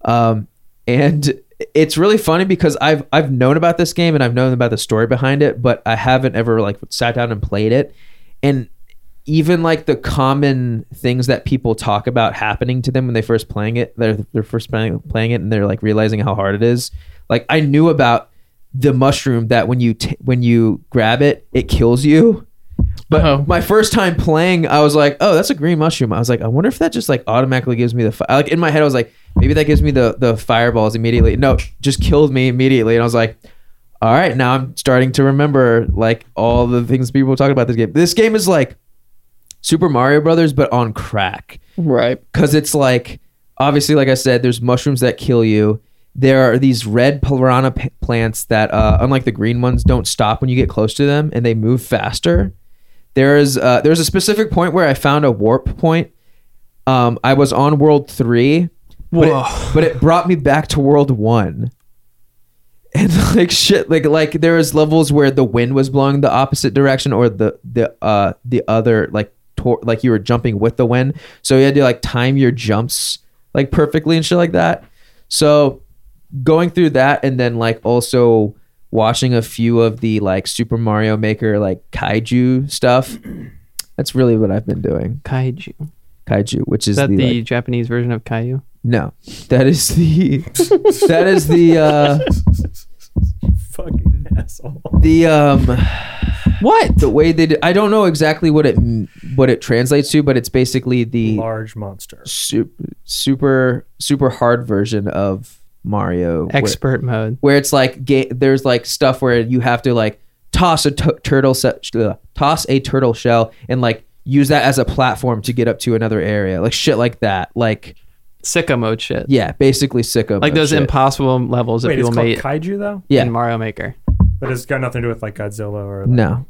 S1: Um, and it's really funny because I've I've known about this game and I've known about the story behind it, but I haven't ever like sat down and played it. And even like the common things that people talk about happening to them when they first playing it, they're they're first playing, playing it and they're like realizing how hard it is. Like I knew about the mushroom that when you t- when you grab it, it kills you. But
S2: Uh-oh.
S1: my first time playing, I was like, "Oh, that's a green mushroom." I was like, "I wonder if that just like automatically gives me the fi-. like." In my head, I was like, "Maybe that gives me the the fireballs immediately." No, just killed me immediately, and I was like, "All right, now I'm starting to remember like all the things people talking about this game. This game is like Super Mario Brothers, but on crack."
S3: Right.
S1: because it's like obviously like i said there's mushrooms that kill you there are these red piranha p- plants that uh, unlike the green ones don't stop when you get close to them and they move faster there is uh, there's a specific point where i found a warp point um, i was on world three but
S2: Whoa.
S1: it, but it brought me back to world one [laughs] and like shit like like there was levels where the wind was blowing the opposite direction or the the uh the other like tor- like you were jumping with the wind so you had to like time your jumps like perfectly and shit like that so going through that and then like also watching a few of the like super mario maker like kaiju stuff [clears throat] that's really what i've been doing
S2: Kaiju.
S1: kaiju which is,
S2: Is that
S1: the,
S2: the,
S1: like-
S2: Japanese version of Caillou?
S1: no that is the [laughs] that is the uh
S4: Fucking asshole. [laughs]
S1: the um
S2: What?
S1: the way they do, I don't know exactly what it what it translates to, but it's basically the
S4: Large monster.
S1: super super super hard version of Mario where-
S2: Expert mode.
S1: where it's like ga- there's like stuff where you have to like toss a tu- turtle se- ugh, toss a turtle shell and like use that as a platform to get up to another area like shit like that like
S2: Sicko mode shit.
S1: yeah basically sicko
S2: like
S1: mode
S2: those
S1: Oh, shit.
S2: impossible levels that
S4: Wait, it's
S2: people
S4: called
S2: made
S4: kaiju though,
S1: yeah
S2: in Mario Maker.
S4: but it's got nothing to do with like Godzilla or like,
S1: no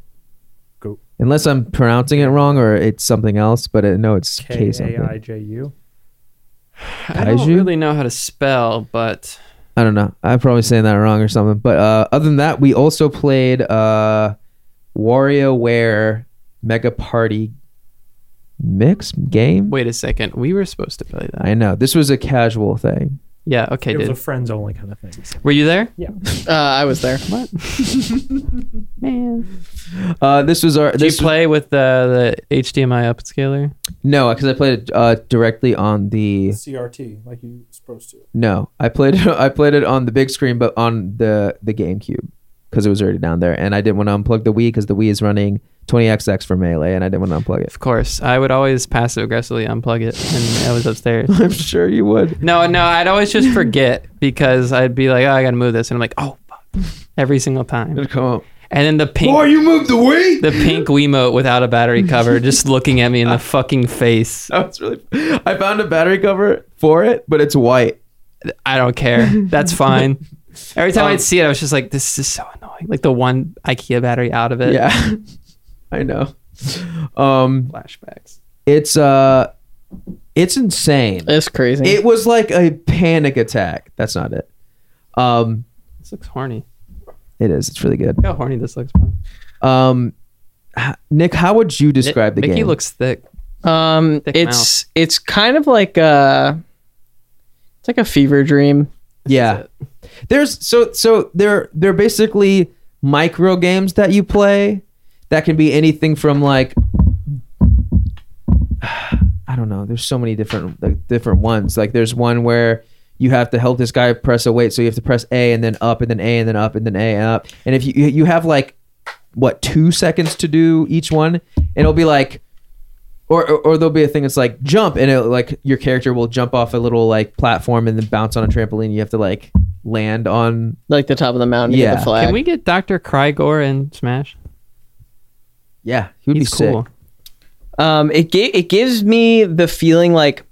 S4: Go-
S1: unless I'm pronouncing it wrong or it's something else but I know it's K
S4: K A
S1: something
S4: I J U.
S2: I don't
S1: Kaiju?
S2: really know how to spell, but
S1: I don't know I'm probably saying that wrong or something but uh, other than that we also played uh WarioWare Mega Party mix game
S2: wait a second. We were supposed to play that.
S1: I know. This was a casual thing.
S2: Yeah, okay,
S4: It was
S2: dude.
S4: a friends only kind of thing.
S2: were you there?
S3: Uh, I was there.
S2: Man.
S1: Uh, this was our.
S2: Did you
S1: This
S2: play with the, the HDMI upscaler?
S1: no, because I played it uh, directly on the.
S4: CRT, like you supposed to.
S1: No, I played. I played it [laughs] on the big screen, but on the the GameCube because it was already down there, and I didn't want to unplug the Wii because the Wii is running 20xx for melee, and I didn't want to unplug it. [laughs]
S2: Of course. I would always passive aggressively unplug it and I was
S1: [laughs]
S2: upstairs.
S1: I'm sure you would.
S2: No, no, I'd always just forget because I'd be like, oh, I gotta move this, and I'm like, oh, fuck. every single time.
S1: It'd come up.
S2: And then the pink,
S1: Oh, you moved the Wii.
S2: the pink Wiimote without a battery cover, just looking at me
S1: [laughs]
S2: in the fucking face.
S1: That was really. I found a battery cover for it, but it's white. [laughs]
S2: I don't care. That's fine. Every time
S1: Um,
S2: I'd see it, I was just like, this is so annoying. Like the one IKEA battery out of it.
S1: Yeah, I know. Um,
S2: Flashbacks.
S1: it's uh, it's insane.
S3: That's crazy.
S1: It was like a panic attack. That's not it. Um,
S2: This looks horny.
S1: it is. It's really good.
S2: Look how horny this looks. Bro.
S1: Um, h- Nick, how would you describe the
S2: Mickey
S1: game?
S2: looks thick.
S3: um,
S2: Thick
S3: it's it's kind of like a it's like a fever dream.
S1: yeah. There's so so there they're basically micro games that you play that can be anything from like [sighs] I don't know. There's so many different like, different ones. Like there's one where you have to help this guy press a weight, so you have to press A and then up and then A and then up and then A and up. And if you you- you have like what two seconds to do each one, and it'll be like, or or, or there'll be a thing that's like jump, and it like your character will jump off a little like platform and then bounce on a trampoline. You have to like land on.
S3: like the top of the mountain. Yeah.
S1: Yeah.
S3: the flag.
S2: Can we get Dr. Krygor in Smash?
S1: Yeah, he would
S2: He's
S1: be sick.
S2: cool.
S3: um, it gi- it gives me the feeling like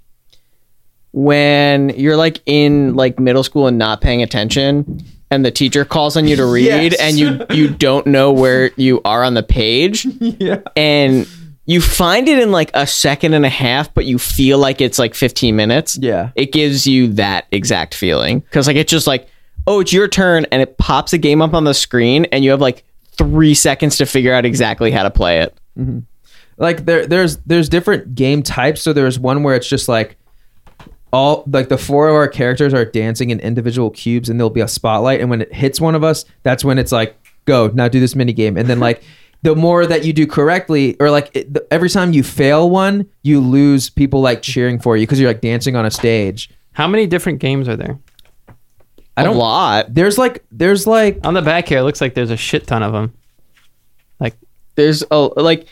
S3: when you're like in like middle school and not paying attention, and the teacher calls on you to read,
S1: Yes.
S3: and you you don't know where you are on the page,
S1: [laughs] Yeah,
S3: and you find it in like a second and a half, but you feel like it's like 15 minutes.
S1: yeah,
S3: It gives you that exact feeling because like it's just like oh it's your turn, and it pops a game up on the screen, and you have like three seconds to figure out exactly how to play it.
S1: like there there's there's different game types so there's one where it's just like all like the four of our characters are dancing in individual cubes and there'll be a spotlight and when it hits one of us that's when it's like go now do this mini game and then like [laughs] the more that you do correctly or like it, the, every time you fail one you lose people like cheering for you because you're like dancing on a stage
S2: How many different games are there?
S1: I
S3: a
S1: don't-
S3: lot.
S1: there's like there's like
S2: On the back here, it looks like there's a shit ton of them.
S3: There's a like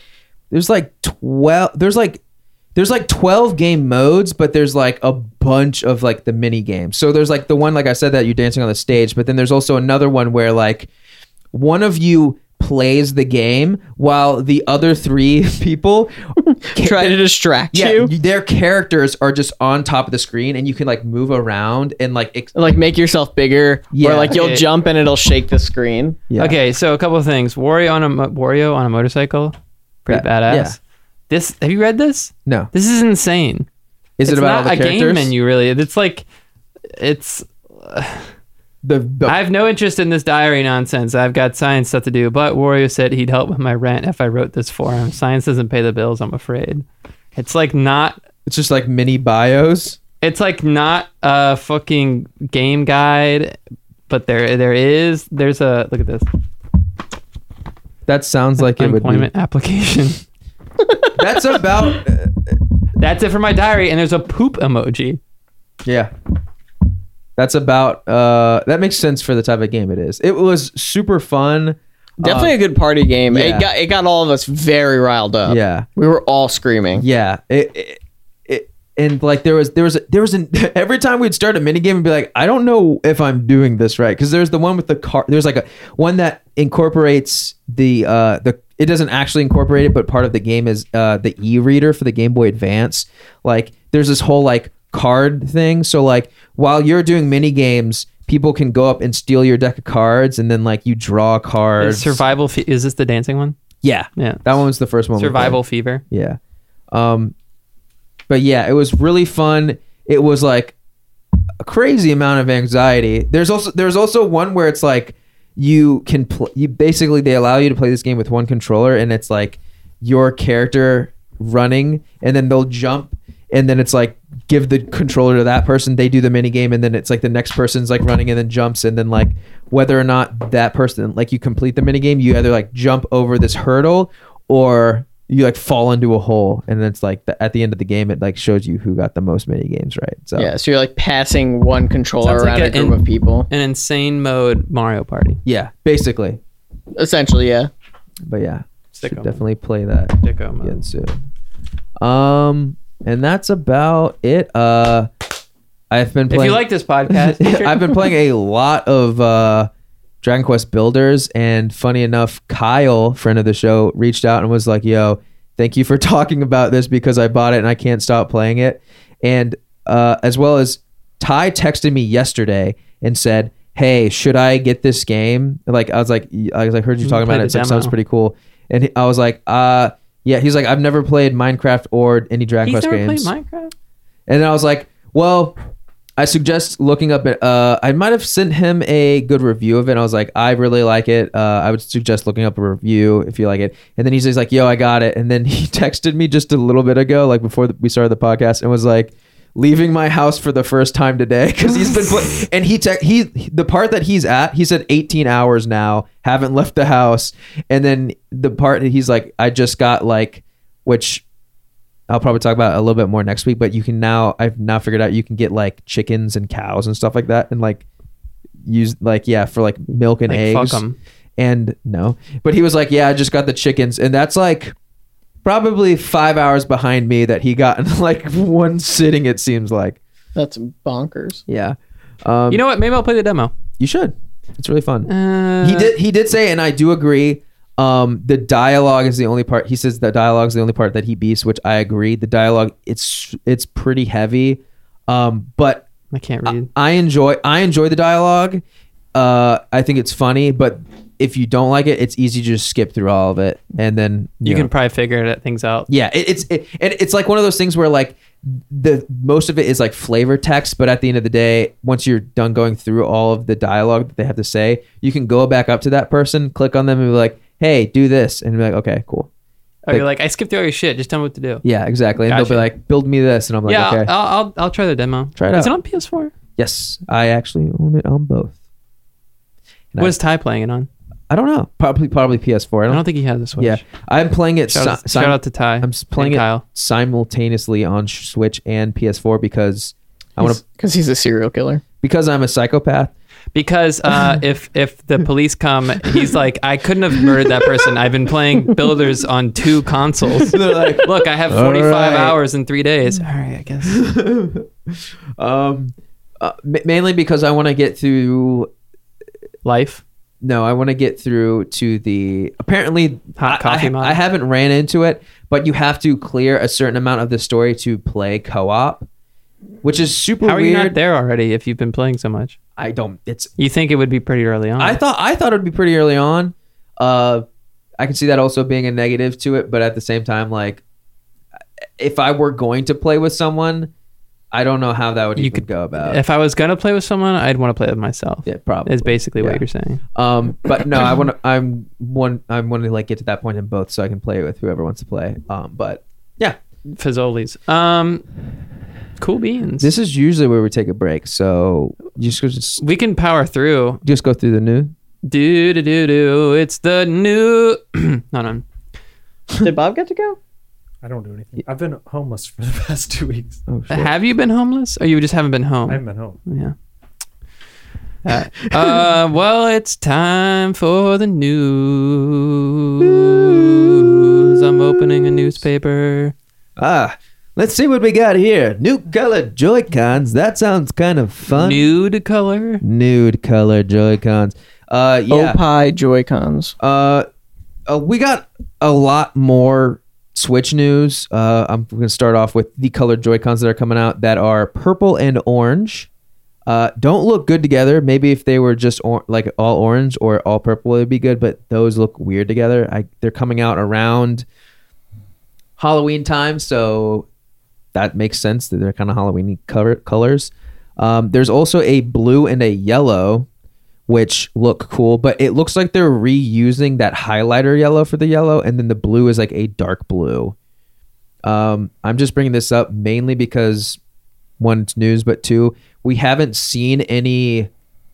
S1: there's like 12 there's like there's like 12 game modes but there's like a bunch of like the mini games so there's like the one like i said that you're dancing on the stage but then there's also another one where like one of you plays the game while the other three [laughs]
S2: [laughs]
S1: people
S3: try to distract
S1: yeah,
S3: you,
S1: their characters are just on top of the screen and you can like move around and like ex-
S3: like make yourself bigger,
S1: Yeah.
S3: or like
S2: Okay.
S3: you'll jump and it'll shake the screen.
S1: Yeah.
S2: Okay, so a couple of things. Wario on a mo- Wario on a motorcycle, pretty
S1: That-
S2: badass.
S1: yeah.
S2: This have you read this?
S1: no
S2: This is insane.
S1: is
S2: it's
S1: it about
S2: not
S1: all the
S2: a
S1: characters
S2: game menu really? It's like it's.
S1: the, the
S2: I have no interest in this diary nonsense. I've got science stuff to do. But Wario said he'd help with my rent if I wrote this for him. Science doesn't pay the bills. I'm afraid. It's like not.
S1: it's just like mini bios
S2: It's like not a fucking game guide, but there there is there's a look at this
S1: that sounds like it would be
S2: employment application.
S1: [laughs] that's about
S2: That's it for my diary. And there's a poop emoji.
S1: Yeah. That's about uh that makes sense for the type of game it is. It was super fun.
S3: Definitely a good party game.
S1: yeah.
S3: It got it got all of us very riled up.
S1: Yeah.
S3: we were all screaming.
S1: Yeah. It it, it and like there was there was there was an [laughs] every time we'd start a mini game and be like, I don't know if I'm doing this right because there's the one with the car. There's like a one that incorporates the uh the it doesn't actually incorporate it, but part of the game is uh the e-reader for the Game Boy Advance. Like there's this whole like card thing. So like while you're doing mini games. People can go up and steal your deck of cards, and then like you draw cards.
S2: Survival. Fe- is this the dancing one?
S1: Yeah,
S2: Yeah.
S1: that one was the first one. we played.
S2: Survival fever.
S1: Yeah. Um but yeah, it was really fun. It was like a crazy amount of anxiety. There's also there's also one where it's like you can pl- you basically they allow you to play this game with one controller and it's like your character running and then they'll jump and then it's like give the controller to that person they do the mini game and then it's like the next person's like running and then jumps and then like whether or not that person like you complete the mini game you either like jump over this hurdle or you like fall into a hole and it's like the, at the end of the game it like shows you who got the most mini games right so
S3: Yeah, so you're like passing one controller
S2: Sounds like
S3: around
S2: a-
S3: a group
S2: an-
S3: of people.
S2: An insane mode Mario Party.
S1: yeah basically
S3: Essentially, yeah.
S1: but yeah
S2: Sicko
S1: should
S2: mode.
S1: definitely play that
S2: Sicko mode.
S1: again soon um and that's about it uh i've been
S2: If
S1: playing
S2: you like this
S1: [laughs]
S2: podcast,
S1: I've been playing a lot of uh, Dragon Quest Builders, and funny enough, Kyle, friend of the show, reached out and was like, "Yo, thank you for [laughs] talking about this because I bought it and I can't stop playing it." And uh, as well as Ty texted me yesterday and said, "Hey, should I get this game?" Like I was like, I was like, heard you talking
S2: Mm, play
S1: about
S2: the
S1: it. It's like,
S2: demo.
S1: sounds pretty cool. And he, I was like, uh, yeah. He's like, I've never played Minecraft or any Dragon
S2: he's
S1: Quest
S2: never
S1: games.
S2: played Minecraft.
S1: And then I was like, well, I suggest looking up. Uh, I might have sent him a good review of it. And I was like, I really like it. Uh, I would suggest looking up a review if you like it. And then he's just like, Yo, I got it. And then [laughs] he texted me just a little bit ago, like before the, we started the podcast, and was like. Leaving my house for the first time today [laughs] because he's been play- and he te- he the part that he's at he said 18 hours now haven't left the house and then the part that he's like I just got like which I'll probably talk about it a little bit more next week, but you can now I've now figured out you can get like chickens and cows and stuff like that and like use like yeah for like milk and
S2: Like, fuck
S1: eggs.
S2: 'em.
S1: And no. But he was like, "Yeah, I just got the chickens." And that's like probably 5 hours behind me that he got [laughs] in like one sitting it seems like.
S3: That's bonkers.
S1: Yeah. Um,
S2: You know what? Maybe I'll play the demo.
S1: you should. It's really fun
S2: Uh,
S1: he did he did say and i do agree um the dialogue is the only part he says the dialogue is the only part that he beats which i agree the dialogue it's it's pretty heavy um but
S2: I can't
S1: I,
S2: read.
S1: I enjoy i enjoy the dialogue uh i think it's funny but if you don't like it it's easy to just skip through all of it and then
S2: you
S1: know.
S2: can probably figure that things out.
S1: Yeah, it, it's it, and it's like one of those things where like the most of it is like flavor text, but at the end of the day, once you're done going through all of the dialogue that they have to say, you can go back up to that person, click on them, and be like, "Hey, do this," and be like, "Okay, cool."
S2: Or you're like, I skipped all your shit. Just tell me what to do.
S1: Yeah, exactly. And
S2: Gotcha.
S1: they'll be like, "Build me this," and I'm like,
S2: yeah,
S1: "Okay,
S2: I'll, I'll I'll try the demo.
S1: Try it
S2: Is
S1: out.
S2: it on PS4?
S1: yes, I actually own it on both." And I-
S2: What is Ty playing it on?
S1: I don't know. Probably probably PS4. I
S2: I
S1: don't.
S2: don't think he has a Switch.
S1: yeah, I'm playing it.
S2: Shout,
S1: si-
S2: out,
S1: sim-
S2: shout out to Ty.
S1: I'm s- playing
S2: and
S1: it
S2: Kyle.
S1: simultaneously on Switch and PS4 because I want to
S3: because he's a serial killer.
S1: because I'm a psychopath. [laughs]
S2: because uh, if if the police come, he's like, I couldn't have murdered that person. I've been playing Builders on two
S1: [laughs]
S2: consoles.
S1: They're like,
S2: [laughs] Look, I have
S1: All
S2: 45
S1: right.
S2: hours in three days. All right, I guess.
S1: [laughs] um, uh, ma- mainly because I want to get through.
S2: Life.
S1: No, I want to get through to the. Apparently,
S2: Hot
S1: I-
S2: coffee
S1: I,
S2: mod.
S1: I haven't ran into it, but you have to clear a certain amount of the story to play co-op, which is super
S2: How are you
S1: weird.
S2: not there already if you've been playing so much?
S1: I don't. It's.
S2: You think it would be pretty early on.
S1: I thought. I thought it would be pretty early on. Uh, I can see that also being a negative to it, but at the same time, like, if I were going to play with someone, I don't know how that would
S2: You
S1: even
S2: could-
S1: go about.
S2: if I was gonna play with someone, I'd want to play with myself.
S1: Uh, yeah, probably.
S2: Is basically
S1: Yeah.
S2: what you're saying.
S1: Um, but no, I
S2: [laughs]
S1: want to. I'm one. I want to like get to that point in both, so I can play with whoever wants to play. Um, but
S2: Fazoli's. Um, cool beans.
S1: this is usually where we take a break, so just go- just
S2: we can power through.
S1: just go through the news.
S2: Do do do do. It's the new. [clears throat] no no.
S3: [laughs] Did Bob get to go?
S4: I don't do anything. I've been homeless for the [laughs] past two weeks.
S1: Oh shit!
S2: Have you been homeless, or you just haven't been home?
S4: I haven't been home.
S2: Yeah. Uh,
S1: [laughs]
S2: uh, well, it's time for the news. I'm opening a newspaper.
S1: Ah, Let's see what we got here. New color Joy Cons. That sounds kind of fun.
S2: Nude color.
S1: Nude color Joy Cons. Uh,
S3: Oh,
S1: yeah.
S3: Opie Joy Cons.
S1: Uh, uh, we got a lot more Switch news. Uh, I'm going to start off with the colored Joy Cons that are coming out that are purple and orange. Uh, don't look good together. Maybe if they were just or- like all orange or all purple, it'd be good. But those look weird together. I, they're coming out around Halloween time, so that makes sense that they're kind of Halloweeny cover- colors. Um, there's also a blue and a yellow, which look cool, but it looks like they're reusing that highlighter yellow for the yellow, and then the blue is like a dark blue. Um, I'm just bringing this up mainly because one, it's news, but two, we haven't seen any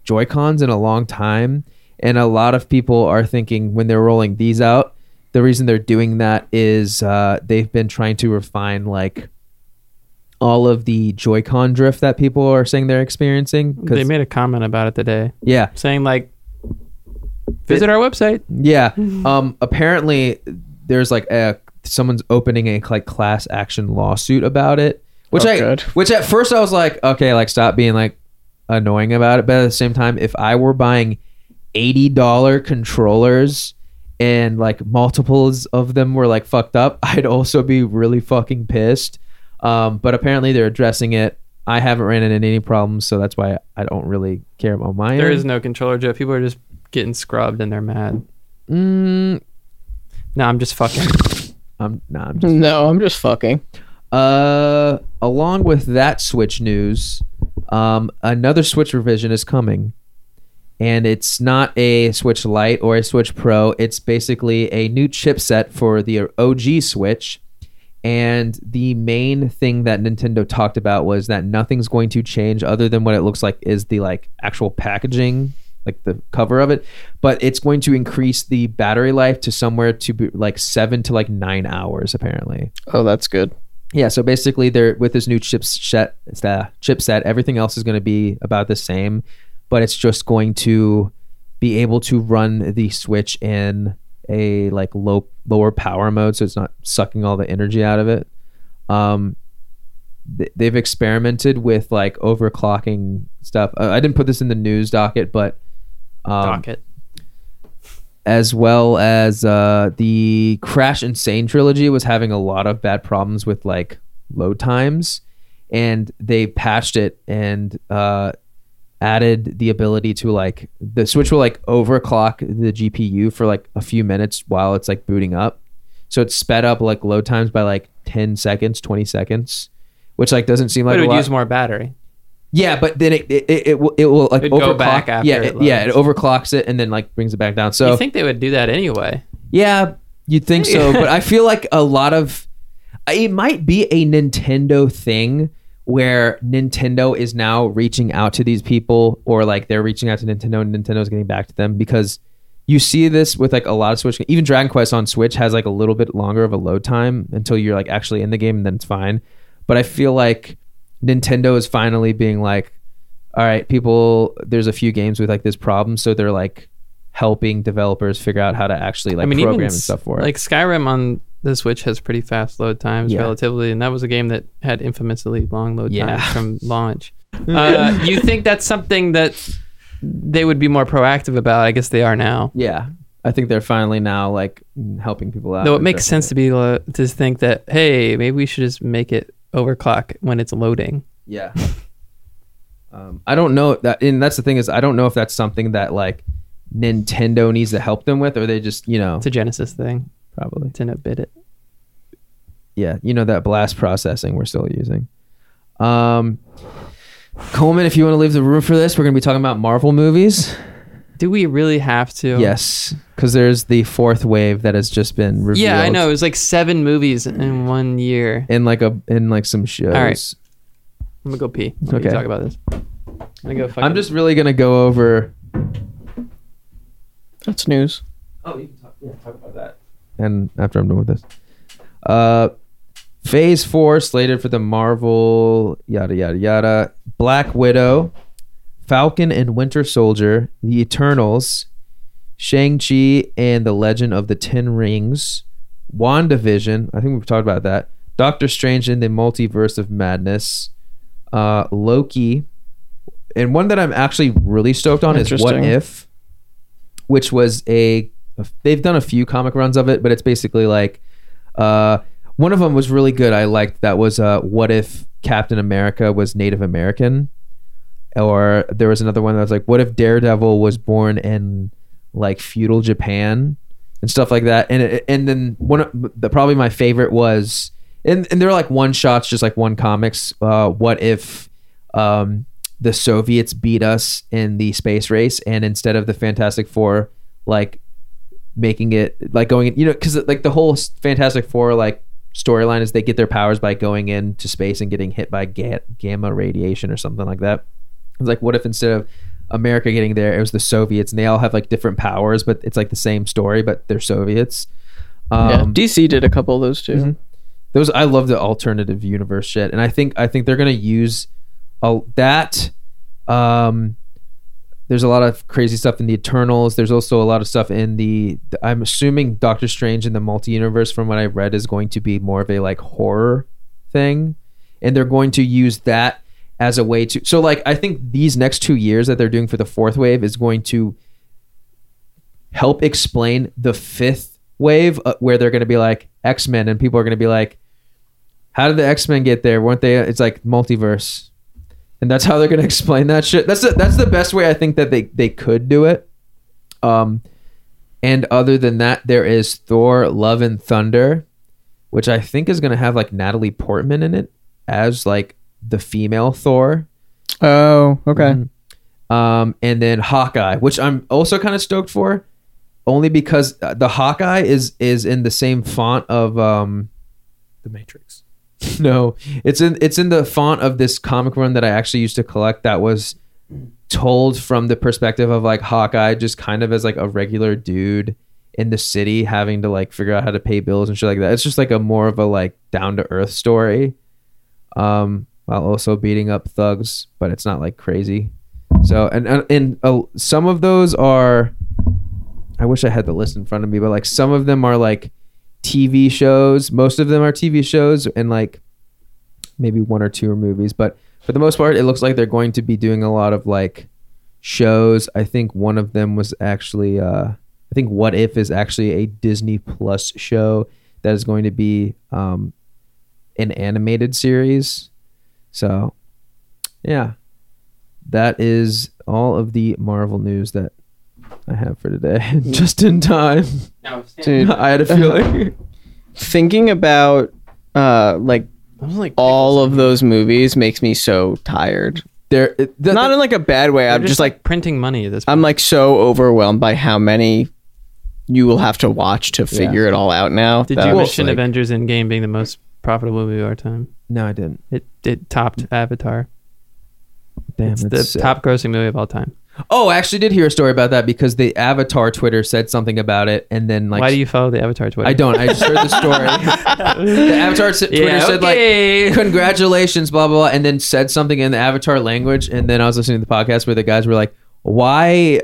S1: Joy Cons in a long time, and a lot of people are thinking when they're rolling these out, the reason they're doing that is uh, they've been trying to refine like all of the Joy-Con drift that people are saying they're experiencing. 'cause-
S2: They made a comment about it today,
S1: yeah,
S2: saying like, visit our website.
S1: Yeah. Um. Apparently, there's like a someone's opening a like class action lawsuit about it, which
S3: Oh,
S1: I
S3: good.
S1: which at first I was like, okay, like stop being like annoying about it. But at the same time, if I were buying eighty dollar controllers and like multiples of them were like fucked up, [laughs] I'd also be really fucking pissed. Um. But apparently, they're addressing it. I haven't ran into any problems, so that's why I don't really care about my
S2: There
S1: end.
S2: is no controller, Joe. People are just getting scrubbed and they're mad.
S1: Mm,
S2: No, I'm
S1: [laughs]
S2: just fucking.
S1: I'm nah, I'm just
S3: No, I'm just fucking.
S1: Uh, along with that Switch news, um, another Switch revision is coming, and it's not a Switch Lite or a Switch Pro. It's basically a new chipset for the OG Switch. And the main thing that Nintendo talked about was that nothing's going to change other than what it looks like is the like actual packaging, like the cover of it. But it's going to increase the battery life to somewhere to be like seven to like nine hours apparently.
S3: Oh, that's good.
S1: Yeah, so basically, they're with this new chipset. It's the chipset. Everything else is going to be about the same, but it's just going to be able to run the Switch in a like low lower power mode, so it's not sucking all the energy out of it. Um, th- they've experimented with like overclocking stuff. Uh, I didn't put this in the news docket, but um,
S2: Docket.
S1: as well as uh, the Crash Insane trilogy was having a lot of bad problems with like load times, and they patched it and uh, added the ability to like the Switch will like overclock the GPU for like a few minutes while it's like booting up, so it's sped up like load times by like ten seconds, twenty seconds, which like doesn't seem like
S2: But
S1: a
S2: it would
S1: lot.
S2: use more battery.
S1: Yeah, but then it it, it, it will it will like
S2: It'd
S1: overclock.
S2: go back after
S1: yeah,
S2: it
S1: it, yeah, it
S2: loads.
S1: overclocks it and then like brings it back down. So
S2: you think they would do that anyway?
S1: yeah, you'd think so, but I feel like a lot of it might be a Nintendo thing where Nintendo is now reaching out to these people or like they're reaching out to Nintendo and Nintendo's getting back to them because you see this with like a lot of Switch even Dragon Quest on Switch has like a little bit longer of a load time until you're like actually in the game and then it's fine. But I feel like Nintendo is finally being like all right, people there's a few games with like this problem so they're like helping developers figure out how to actually like program and
S2: s-
S1: stuff for it.
S2: Like Skyrim on the Switch has pretty fast load times
S1: Yeah.
S2: relatively, and that was a game that had infamously long load
S1: Yeah. [laughs]
S2: times from launch. Uh, you think that's something that they would be more proactive about? I guess they are now.
S1: Yeah, I think they're finally now like helping people out.
S2: Though it
S1: and
S2: makes
S1: stuff.
S2: sense to be lo- to think that hey, maybe we should just make it overclock when it's loading.
S1: Yeah. Um, I don't know that, and that's the thing is I don't know if that's something that like Nintendo needs to help them with, or they just you know
S2: It's a Genesis thing.
S1: probably
S2: Nintendo bid it.
S1: yeah you know that blast processing we're still using. Um, Coleman, if you want to leave the room for this, we're going to be talking about Marvel movies.
S2: Do we really have to?
S1: Yes, because there's the fourth wave that has just been revealed.
S2: Yeah, I know. It was like seven movies in one year.
S1: In like a in like some shows.
S2: All right. I'm gonna go pee. Let
S1: Okay.
S2: me talk about this. I'm gonna go.
S1: I'm
S2: fucking-
S1: just really gonna go over
S3: That's news.
S1: Oh, you can talk, yeah, talk about that. And after I'm done with this, uh, Phase Four slated for the Marvel yada yada yada, Black Widow, Falcon and Winter Soldier, The Eternals, Shang Chi and the Legend of the Ten Rings, WandaVision. I think we've talked about that. Doctor Strange in the Multiverse of Madness, uh, Loki, and one that I'm actually really stoked on is What
S3: Interesting.
S1: If, which was a they've done a few comic runs of it, but it's basically like uh, one of them was really good. I liked that was uh, What If Captain America was Native American, or there was another one that was like What If Daredevil was born in like feudal Japan and stuff like that. And it, and then one of the probably my favorite was and and they're like one shots, just like one comics. Uh, what if um, the Soviets beat us in the space race, and instead of the Fantastic Four, like making it like going, you know, because like the whole s- Fantastic Four like storyline is they get their powers by going into space and getting hit by ga- gamma radiation or something like that. It's like, what if instead of America getting there, it was the Soviets, and they all have like different powers, but it's like the same story, but they're Soviets. Um, mm-hmm.
S3: DC did a couple of those too.
S1: those I love the alternative universe shit, and I think I think they're gonna use a, that. Um, there's a lot of crazy stuff in the Eternals. There's also a lot of stuff in the. I'm assuming Doctor Strange in the multi universe, from what I read, is going to be more of a like horror thing, and they're going to use that as a way to. So like I think these next two years that they're doing for the fourth wave is going to help explain the fifth wave uh, where they're going to be like x-men and people are going to be like how did the x-men get there weren't they it's like multiverse and that's how they're going to [laughs] explain that shit that's the, that's the best way i think that they, they could do it um and other than that there is thor love and thunder which i think is going to have like natalie portman in it as like the female thor
S3: Oh, okay.
S1: Mhm. Um, and then Hawkeye, which I'm also kind of stoked for, only because uh, the Hawkeye is is in the same font of um,
S4: The Matrix.
S1: [laughs] no, it's in it's in the font of this comic run that I actually used to collect that was told from the perspective of like Hawkeye just kind of as like a regular dude in the city having to like figure out how to pay bills and shit like that. It's just like a more of a like down to earth story. Um while also beating up thugs, but it's not like crazy. So and and, and uh, some of those are I wish I had the list in front of me, but like some of them are like TV shows. Most of them are TV shows and like maybe one or two are movies, but for the most part, it looks like they're going to be doing a lot of like shows. I think one of them was actually, uh, I think What If is actually a Disney Plus show that is going to be um, an animated series. So, yeah, that is all of the Marvel news that I have for today. [laughs] Just in time, [laughs]
S3: Dude,
S1: I had a feeling. Mm-hmm.
S3: thinking about uh like all of those movies makes me so tired.
S1: there, it- the-
S3: Not in like a bad way. I'm just like
S2: printing money at this.
S3: I'm like so overwhelmed by how many you will have to watch to figure it all out now.
S2: Did
S3: that
S2: you
S3: I'm just
S2: mention
S3: like-
S2: Avengers Endgame being the most profitable movie of our time?
S1: no, I didn't.
S2: It it topped Avatar.
S1: Damn,
S2: it's the
S1: that's sick.
S2: top grossing movie of all time.
S1: Oh, I actually did hear a story about that because the Avatar Twitter said something about it, and then like
S2: Why do you follow the Avatar Twitter?
S1: I don't. I just heard the story.
S2: [laughs]
S1: the Avatar s- Twitter
S2: Yeah,
S1: said
S2: okay.
S1: like congratulations, blah blah blah, and then said something in the Avatar language, and then I was listening to the podcast where the guys were like, "Why,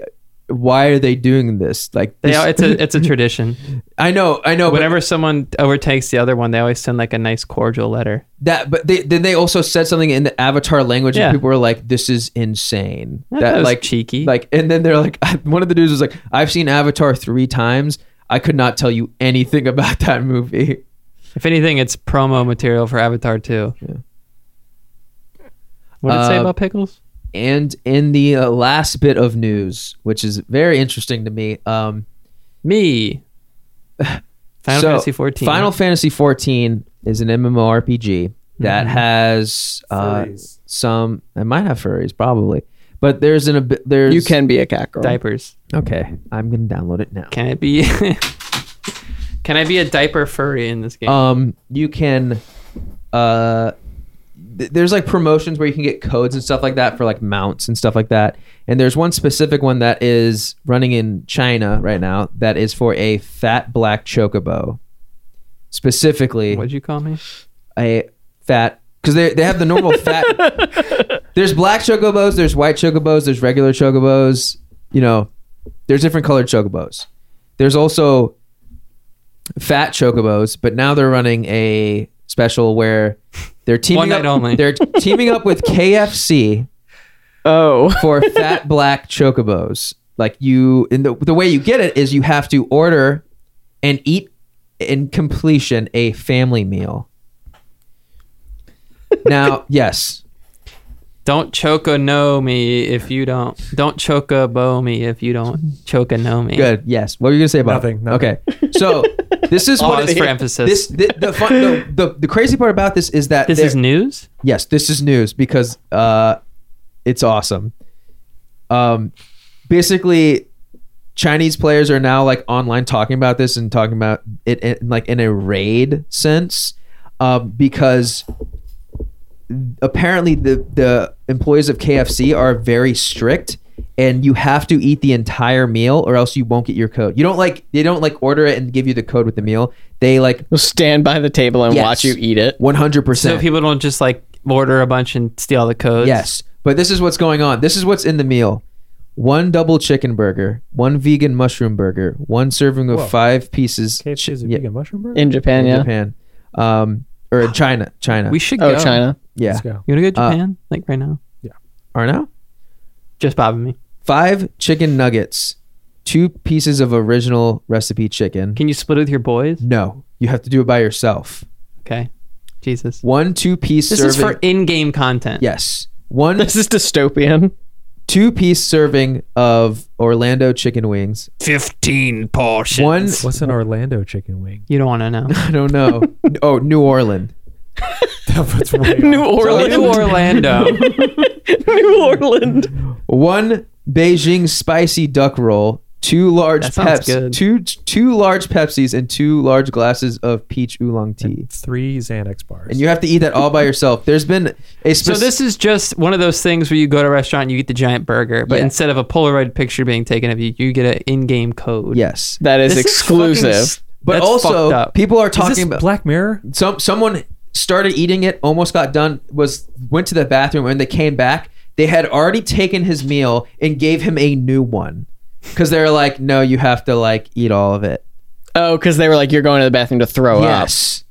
S1: why are they doing this?" Like
S2: They
S1: this-
S2: are, it's a it's a tradition.
S1: [laughs] I know, I know, but
S2: Whenever someone overtakes the other one, they always send like a nice cordial letter.
S1: that but they then they also said something in the avatar language
S2: Yeah.
S1: and people were like this is insane
S2: I thought it was cheeky.
S1: like and then they're like [laughs] one of the dudes was like i've seen avatar three times i could not tell you anything [laughs] about that movie
S2: If anything, it's promo material for Avatar 2. What did it say
S1: Uh,
S2: about pickles?
S1: and in the uh, last bit of news which is very interesting to me um
S2: Me. [laughs] Final
S1: so,
S2: Fantasy 14.
S1: final fantasy 14 is an mmorpg that
S3: Mm-hmm.
S1: has uh,
S6: Furries.
S1: some it might have furries probably but there's an ab- there's
S3: You can be a cat girl.
S2: [laughs] diapers.
S1: okay i'm gonna download it now
S2: Can it be? [laughs] can I be a diaper furry in this game?
S1: um you can uh th- there's like promotions where you can get codes and stuff like that for like mounts and stuff like that and there's one specific one that is running in china right now that is for a fat black chocobo specifically
S2: What'd you call me?
S1: a fat because they, they have the normal fat there's black chocobos there's white chocobos there's regular chocobos you know there's different colored chocobos there's also fat chocobos but now they're running a special where they're teaming
S2: One night
S1: up,
S2: only.
S1: They're teaming up with KFC
S3: Oh,
S1: for fat black chocobos. Like you, and the, the way you get it is you have to order and eat in completion a family meal. Now, yes,
S2: Don't choka know me if you don't. Don't choka bow me if you don't choka know me.
S1: good, yes. What were you gonna say about
S4: Nothing,
S1: it?
S4: nothing.
S1: Okay, so this
S2: [laughs]
S1: is what
S2: Oh, it's
S1: it-
S2: for emphasis.
S1: this the, the, fun, the, the the crazy part about this is that
S2: this
S1: there-
S2: is news.
S1: Yes, this is news because uh, it's awesome. Um, basically, Chinese players are now like online talking about this and talking about it in, like in a raid sense um, because apparently the the employees of KFC are very strict and you have to eat the entire meal or else you won't get your code. You don't like they don't like order it and give you the code with the meal. They like
S3: They'll stand by the table and
S1: Yes.
S3: watch you eat it.
S1: 100%.
S2: So people don't just like order a bunch and steal the codes.
S1: Yes, but this is what's going on. This is what's in the meal: one double chicken burger, one vegan mushroom burger, one serving of
S4: Whoa.
S1: five pieces
S4: KFC is a
S1: yeah,
S4: vegan mushroom burger.
S3: In Japan,
S1: in
S3: yeah.
S1: Japan, um, or in China. China.
S2: We should
S3: Oh,
S2: go.
S3: China.
S1: yeah.
S4: Let's go.
S2: You wanna go to
S1: Uh,
S2: Japan? like right now?
S1: Are now
S2: Just Bob and me.
S1: five chicken nuggets, two pieces of original recipe chicken.
S2: Can you split it with your boys?
S1: No, you have to do it by yourself.
S2: Okay. Jesus.
S1: One two piece
S2: This
S1: serving.
S2: is for in-game content.
S1: yes. One
S3: This is dystopian.
S1: two piece serving of Orlando chicken wings.
S2: Fifteen portions.
S1: One
S4: What's an Orlando chicken wing? [laughs]
S2: You don't want to know.
S1: [laughs] I don't know. oh, New Orleans.
S4: That's way
S3: [laughs]
S1: [laughs]
S3: New
S4: off.
S3: Orleans.
S2: New Orlando.
S3: [laughs] New Orleans.
S1: one Beijing spicy duck roll, two large
S2: That sounds
S1: Peps,
S2: good.
S1: two two large Pepsis, and two large glasses of peach oolong tea.
S4: Three Xanax bars.
S1: And you have to eat that all by yourself. There's been a
S2: so
S1: spec-
S2: this is just one of those things where you go to a restaurant and you get the giant burger, but
S1: Yeah.
S2: instead of a Polaroid picture being taken of you, you get an in-game code.
S1: yes,
S3: That is
S2: This is fucking
S3: exclusive.
S2: s-
S1: but
S2: that's fucked
S1: also
S2: up.
S1: people are
S4: is this
S1: talking about
S4: Black Mirror?
S1: some someone started eating it, almost got done, was went to the bathroom, and they came back. They had already taken his meal and gave him a new one because they're like, no, you have to like eat all of it.
S3: oh, because they were like, you're going to the bathroom to
S2: Oh,
S3: throw
S1: yes,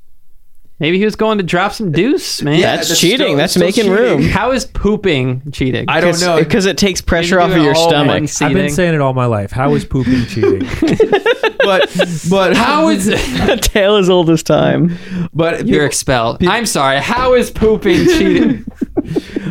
S2: Maybe he was going to drop some
S3: [laughs]
S2: deuce, man.
S1: Yeah,
S3: That's
S1: that's
S3: cheating.
S1: still-
S3: that's
S1: still
S3: making
S1: cheating.
S3: room.
S2: How is pooping cheating?
S1: I
S3: I
S1: don't know.
S3: because it takes pressure
S2: You
S3: off
S2: do
S3: of
S2: it
S3: your
S2: all
S3: stomach.
S2: one
S3: [laughs]
S4: I've been
S2: seating.
S4: saying it all my life. How is pooping
S2: [laughs]
S4: cheating?
S1: but but
S2: How is it?
S3: A tale as old as time.
S1: But
S2: [laughs] You're
S1: peop-
S2: expelled. I'm sorry. How is
S3: [laughs]
S2: pooping cheating?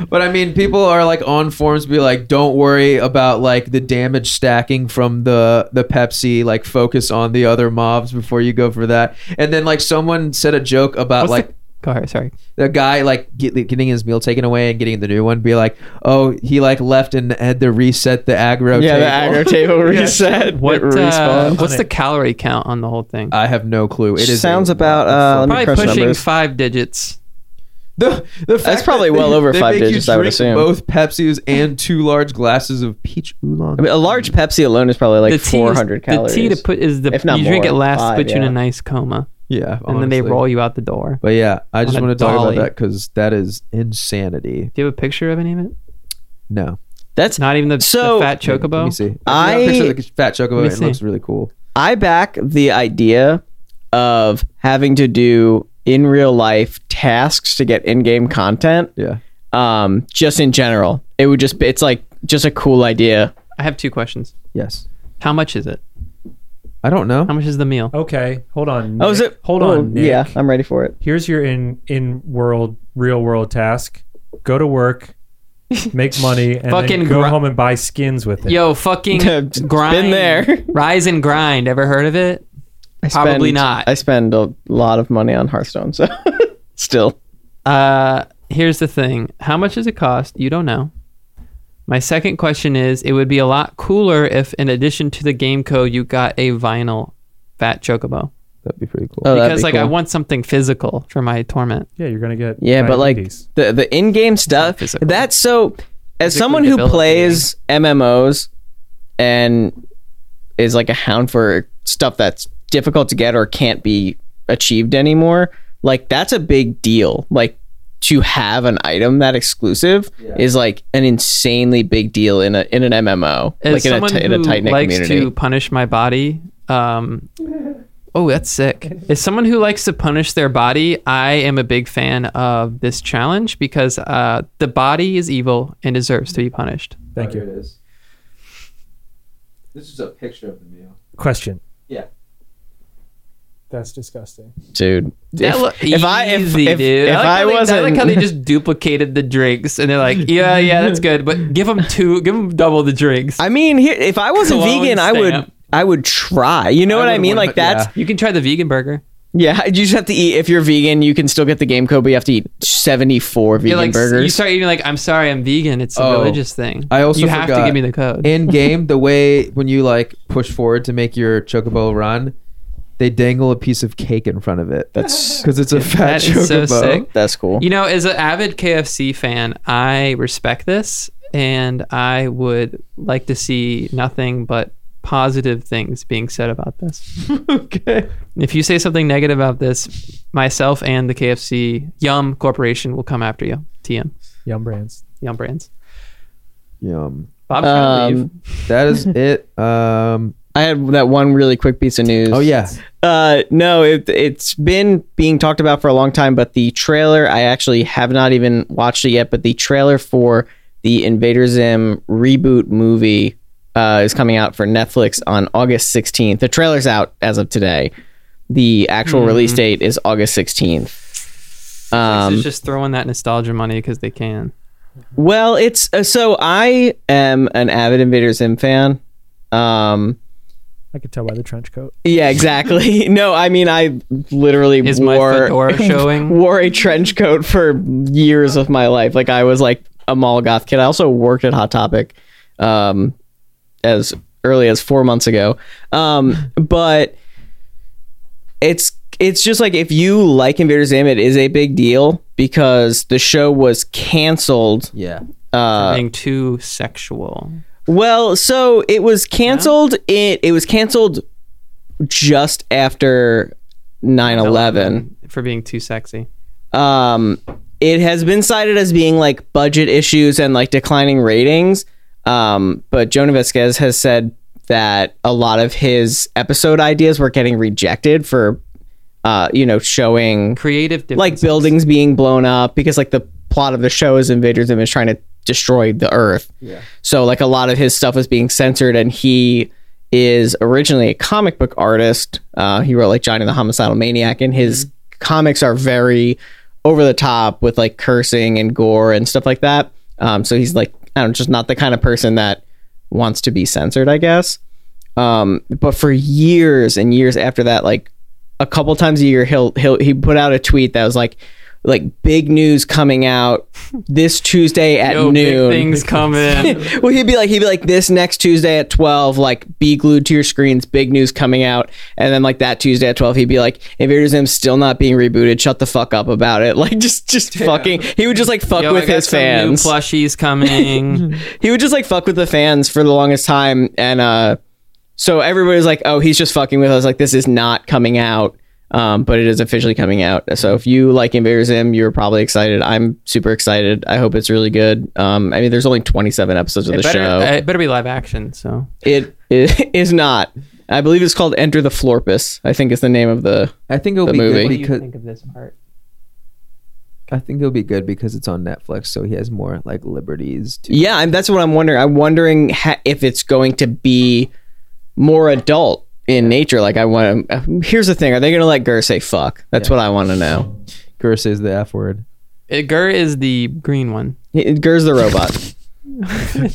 S1: but I mean, people are like on forums, be like, don't worry about like the damage stacking from the the Pepsi. Like, focus on the other mobs before you go for that. And then like someone said a joke about
S2: What's
S1: like
S2: the- Go ahead. Sorry.
S1: the guy like get, getting his meal taken away and getting the new one. Be like, oh, he like left and had to reset the aggro. Oh, table."
S3: Yeah, the aggro
S2: [laughs]
S3: table reset.
S2: What,
S3: It
S2: uh,
S3: respawns.
S2: what's the calorie count on the whole thing?
S1: I have no clue. It is
S3: Sounds
S1: a-
S3: about, uh, let me-
S2: Probably
S3: crush the
S2: pushing
S3: numbers.
S2: five digits.
S1: the, the fact
S3: That's probably
S1: that
S3: well
S1: they-
S3: over
S1: they
S3: five
S1: make you
S3: digits, I would
S1: drink
S3: assume.
S1: Both Pepsis and two large glasses of peach oolong.
S3: I mean, a large Pepsi alone is probably like 400
S2: tea is,
S3: calories.
S2: The tea to put is the
S3: If not
S2: you drink
S3: more,
S2: it last,
S3: five,
S2: put you in
S3: yeah.
S2: a nice coma,
S1: yeah,
S2: and then they
S1: honestly.
S2: roll you out the door.
S1: But yeah, I just
S2: a
S1: want to talk
S2: dolly.
S1: about that because that is insanity.
S2: Do you have a picture of any of it?
S1: No,
S3: That's
S2: Not even the, the
S3: So-
S2: fat chocobo.
S1: Let me see.
S3: I-
S1: I picture the fat chocobo.
S2: Let me
S1: It
S2: see.
S1: looks really cool.
S3: I back the idea of having to do in real life tasks to get in-game content.
S1: Yeah.
S3: Um, just in general, it would just be, it's like just a cool idea.
S2: I have two questions.
S1: Yes.
S2: How much is it?
S1: I don't know.
S2: How much is the
S3: [laughs]
S2: meal?
S4: Okay, hold on.
S3: Oh, is
S4: Nick.
S3: it?
S4: Hold
S3: oh,
S4: on. Nick.
S3: Yeah, I'm ready for it.
S4: Here's your in in world real world task. Go to
S3: [laughs]
S4: work, make money, and
S2: Fucking
S4: then go
S2: gr-
S4: home and buy skins with it.
S2: Yo, fucking
S3: Been
S2: grind.
S3: [laughs] there.
S2: Rise and grind. Ever heard of it?
S3: I
S2: Probably
S3: spend-
S2: not.
S3: I spend a lot of money on Hearthstone, so [laughs] still.
S2: Uh, here's the thing. How much does it cost? You don't know. My second question is: It would be a lot cooler if, in addition to the game code, you got a vinyl fat chocobo.
S1: That'd be pretty cool.
S3: Oh, that'd
S2: because
S3: be
S2: like I
S3: cool.
S2: want something physical for my torment.
S4: Yeah, you're gonna get
S3: Yeah, but like
S4: diabetes.
S3: the the in-game stuff.
S2: physical.
S3: That's so. As
S2: Physically
S3: someone who
S2: debilitating.
S3: plays MMOs and is like a hound for stuff that's difficult to get or can't be achieved anymore, like that's a big deal. Like to have an item that exclusive is like an insanely big deal in a in an MMO,
S2: As
S3: like in a,
S2: someone
S3: t- in a
S2: who
S3: tight knit
S2: likes
S3: community.
S2: to punish my body, um, Oh, that's sick. As someone who likes to punish their body, I am a big fan of this challenge because uh, the body is evil and deserves to be punished.
S4: Thank
S1: you. It is. This is a picture of the meal.
S4: Question.
S1: Yeah.
S4: That's disgusting.
S3: dude. If,
S2: That lo-
S3: if I if,
S2: easy,
S3: if,
S2: dude. I,
S3: if
S2: like
S3: I
S2: how they,
S3: wasn't
S2: I like how
S3: [laughs]
S2: they just duplicated the drinks and they're like, yeah, yeah, that's good, but give them two, give them double the drinks.
S3: I mean, here, if I wasn't
S2: Cologne
S3: vegan, I would
S2: stamp.
S3: I would try. You know
S1: I
S3: what I
S1: would
S3: mean?
S1: want-
S3: Like that's
S2: you can try the vegan burger.
S3: yeah. You just have to eat. If you're vegan, you can still get the game code, but you have to eat 74 vegan
S2: You're like,
S3: burgers.
S2: you start eating like, I'm sorry, I'm vegan. It's a
S1: Oh.
S2: religious thing.
S1: I also
S2: you have to
S1: forgot-
S2: give me the code.
S1: In game, the way when you like push forward to make your chocobo run, they dangle a piece of cake in front of it. [laughs]
S3: That's-
S1: because it's a fat
S2: That is so
S1: chocobo.
S2: sick.
S3: that's cool.
S2: You know, as an avid KFC fan, I respect this and I would like to see nothing but positive things being said about this.
S1: okay.
S2: If you say something negative about this, myself and the KFC Yum Corporation will come after you. TM,
S4: Yum brands.
S2: Yum Brands.
S1: Yum.
S2: Bob's trying to leave.
S3: Um,
S1: That
S2: [laughs]
S1: is it. Um.
S3: I had that one really quick piece of news.
S1: Oh yeah.
S3: Uh, no, it, it's been being talked about for a long time, but the trailer, I actually have not even watched it yet, but the trailer for the Invader Zim reboot movie uh, is coming out for Netflix on August 16th. The trailer's out as of today. The actual
S2: Hmm.
S3: release date is August 16th.
S2: This
S3: Um,
S2: is just throwing that nostalgia money because they can.
S3: well, it's uh, so I am an avid Invader Zim fan. Um,
S4: I could tell by the
S3: [laughs]
S4: trench coat.
S3: Yeah, exactly. [laughs] No, I mean I literally
S2: Is my
S3: wore [laughs]
S2: fedora showing?
S3: wore a trench coat for years of my life. Like I was like a mall goth kid. I also worked at Hot Topic um as early as 4 months ago. Um but it's it's just like if you like Invader Zim it is a big deal because the show was canceled
S1: Yeah.
S3: uh
S2: being too sexual.
S3: well, so it was canceled. It it was canceled just after 9/11.
S2: For being too sexy.
S3: Um, it has been cited as being like budget issues and like declining ratings. Um, but Jonah Vasquez has said that a lot of his episode ideas were getting rejected for, uh, you know, showing
S2: Creative
S3: like
S2: differences.
S3: buildings being blown up because like the plot of the show is Invader Zim is trying to destroy the Earth. Yeah. So like a lot of his stuff is being censored, and he is originally a comic book artist. Uh, he wrote like Johnny the Homicidal Maniac, and his comics are very over the top with like cursing and gore and stuff like that. Um, so he's like I don't know, just not the kind of person that wants to be censored, I guess. Um, but for years and years after that, like a couple times a year he'll he'll he put out a tweet that was like like big news coming out this Tuesday at
S2: Yo, big
S3: noon. [laughs]
S2: things coming.
S3: well, he'd be like, he'd be like, this next Tuesday at twelve, like, be glued to your screens. Big news coming out, and then like that Tuesday at twelve, he'd be like, Invader Zim's still not being rebooted. Shut the fuck up about it. [laughs] Like, just, just fucking. He would just like fuck
S2: Yo, I
S3: with
S2: got
S3: his
S2: some New
S3: fans.
S2: plushies
S3: [laughs]
S2: coming.
S3: He would just like fuck with the fans for the longest time, and uh, so everybody's like, oh, he's just fucking with us. Like, this is not coming out. Um, but it is officially coming out. So if you like Invader Zim, you're probably excited. I'm super excited. I hope it's really good. Um, I mean, there's only 27 episodes of the
S2: it better, [laughs]
S3: show.
S2: uh, it better be live action. So
S3: It, it [laughs] is not. I believe it's called Enter the Florpus. I think is the name of the.
S1: I think it'll
S3: The
S1: be
S3: movie.
S1: good because
S2: of this part?
S1: I think it'll be good because it's on Netflix, so he has more like liberties. To-
S3: Yeah, and that's what I'm wondering. I'm wondering ha- if it's going to be more adult in nature. Like I want. To, here's the thing: Are they going to let Gurr say fuck? That's what I want to know.
S1: Curse is the F word.
S2: Gur is the green
S3: [laughs]
S2: one.
S3: He- Gurr's the robot.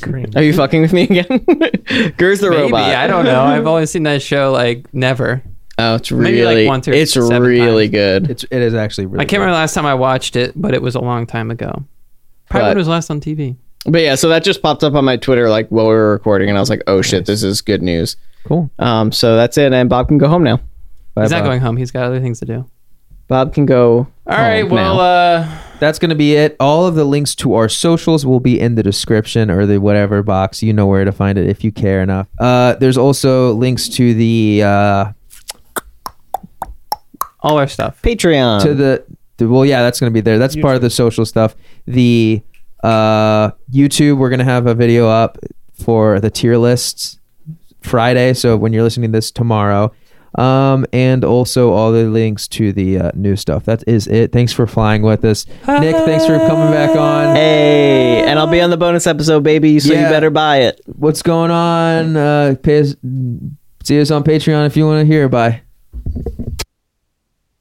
S4: Green.
S3: Are you fucking with me again? [laughs] Gurr's the
S2: Maybe
S3: robot.
S2: I don't know. I've only seen that show like never.
S3: Oh, it's
S2: Maybe, like,
S3: really.
S2: once or
S3: it's
S2: seven
S3: really
S2: times.
S3: good.
S1: It's it is actually really.
S2: I can't remember the last time I watched it, but it was a long time ago. Probably
S3: But-
S2: when it was last on TV.
S3: But yeah, so that just popped up on my Twitter like while we were recording, and I was like, "Oh shit, this is good news."
S1: Cool.
S3: Um, so that's it, and Bob can go home now.
S1: Bye,
S2: He's not
S1: Bob.
S2: going home. He's got other things to do.
S3: Bob can go.
S2: All right. Well, uh,
S1: That's going to be it. All of the links to our socials will be in the description or the whatever box. You know where to find it if you care enough. Uh, there's also links to the uh,
S2: all our stuff.
S3: Patreon.
S1: to the, the well, yeah, that's going to be there. That's part of the social stuff. The uh, YouTube, we're going to have a video up for the tier lists Friday. So when you're listening to this tomorrow, um, and also all the links to the uh, new stuff. That is it. Thanks for flying with us, Nick. Thanks for coming back on.
S3: Hey, and I'll be on the bonus episode, baby. So
S1: Yeah.
S3: you better buy it.
S1: What's going on? Uh, pay us, see us on Patreon if you want to hear. Bye.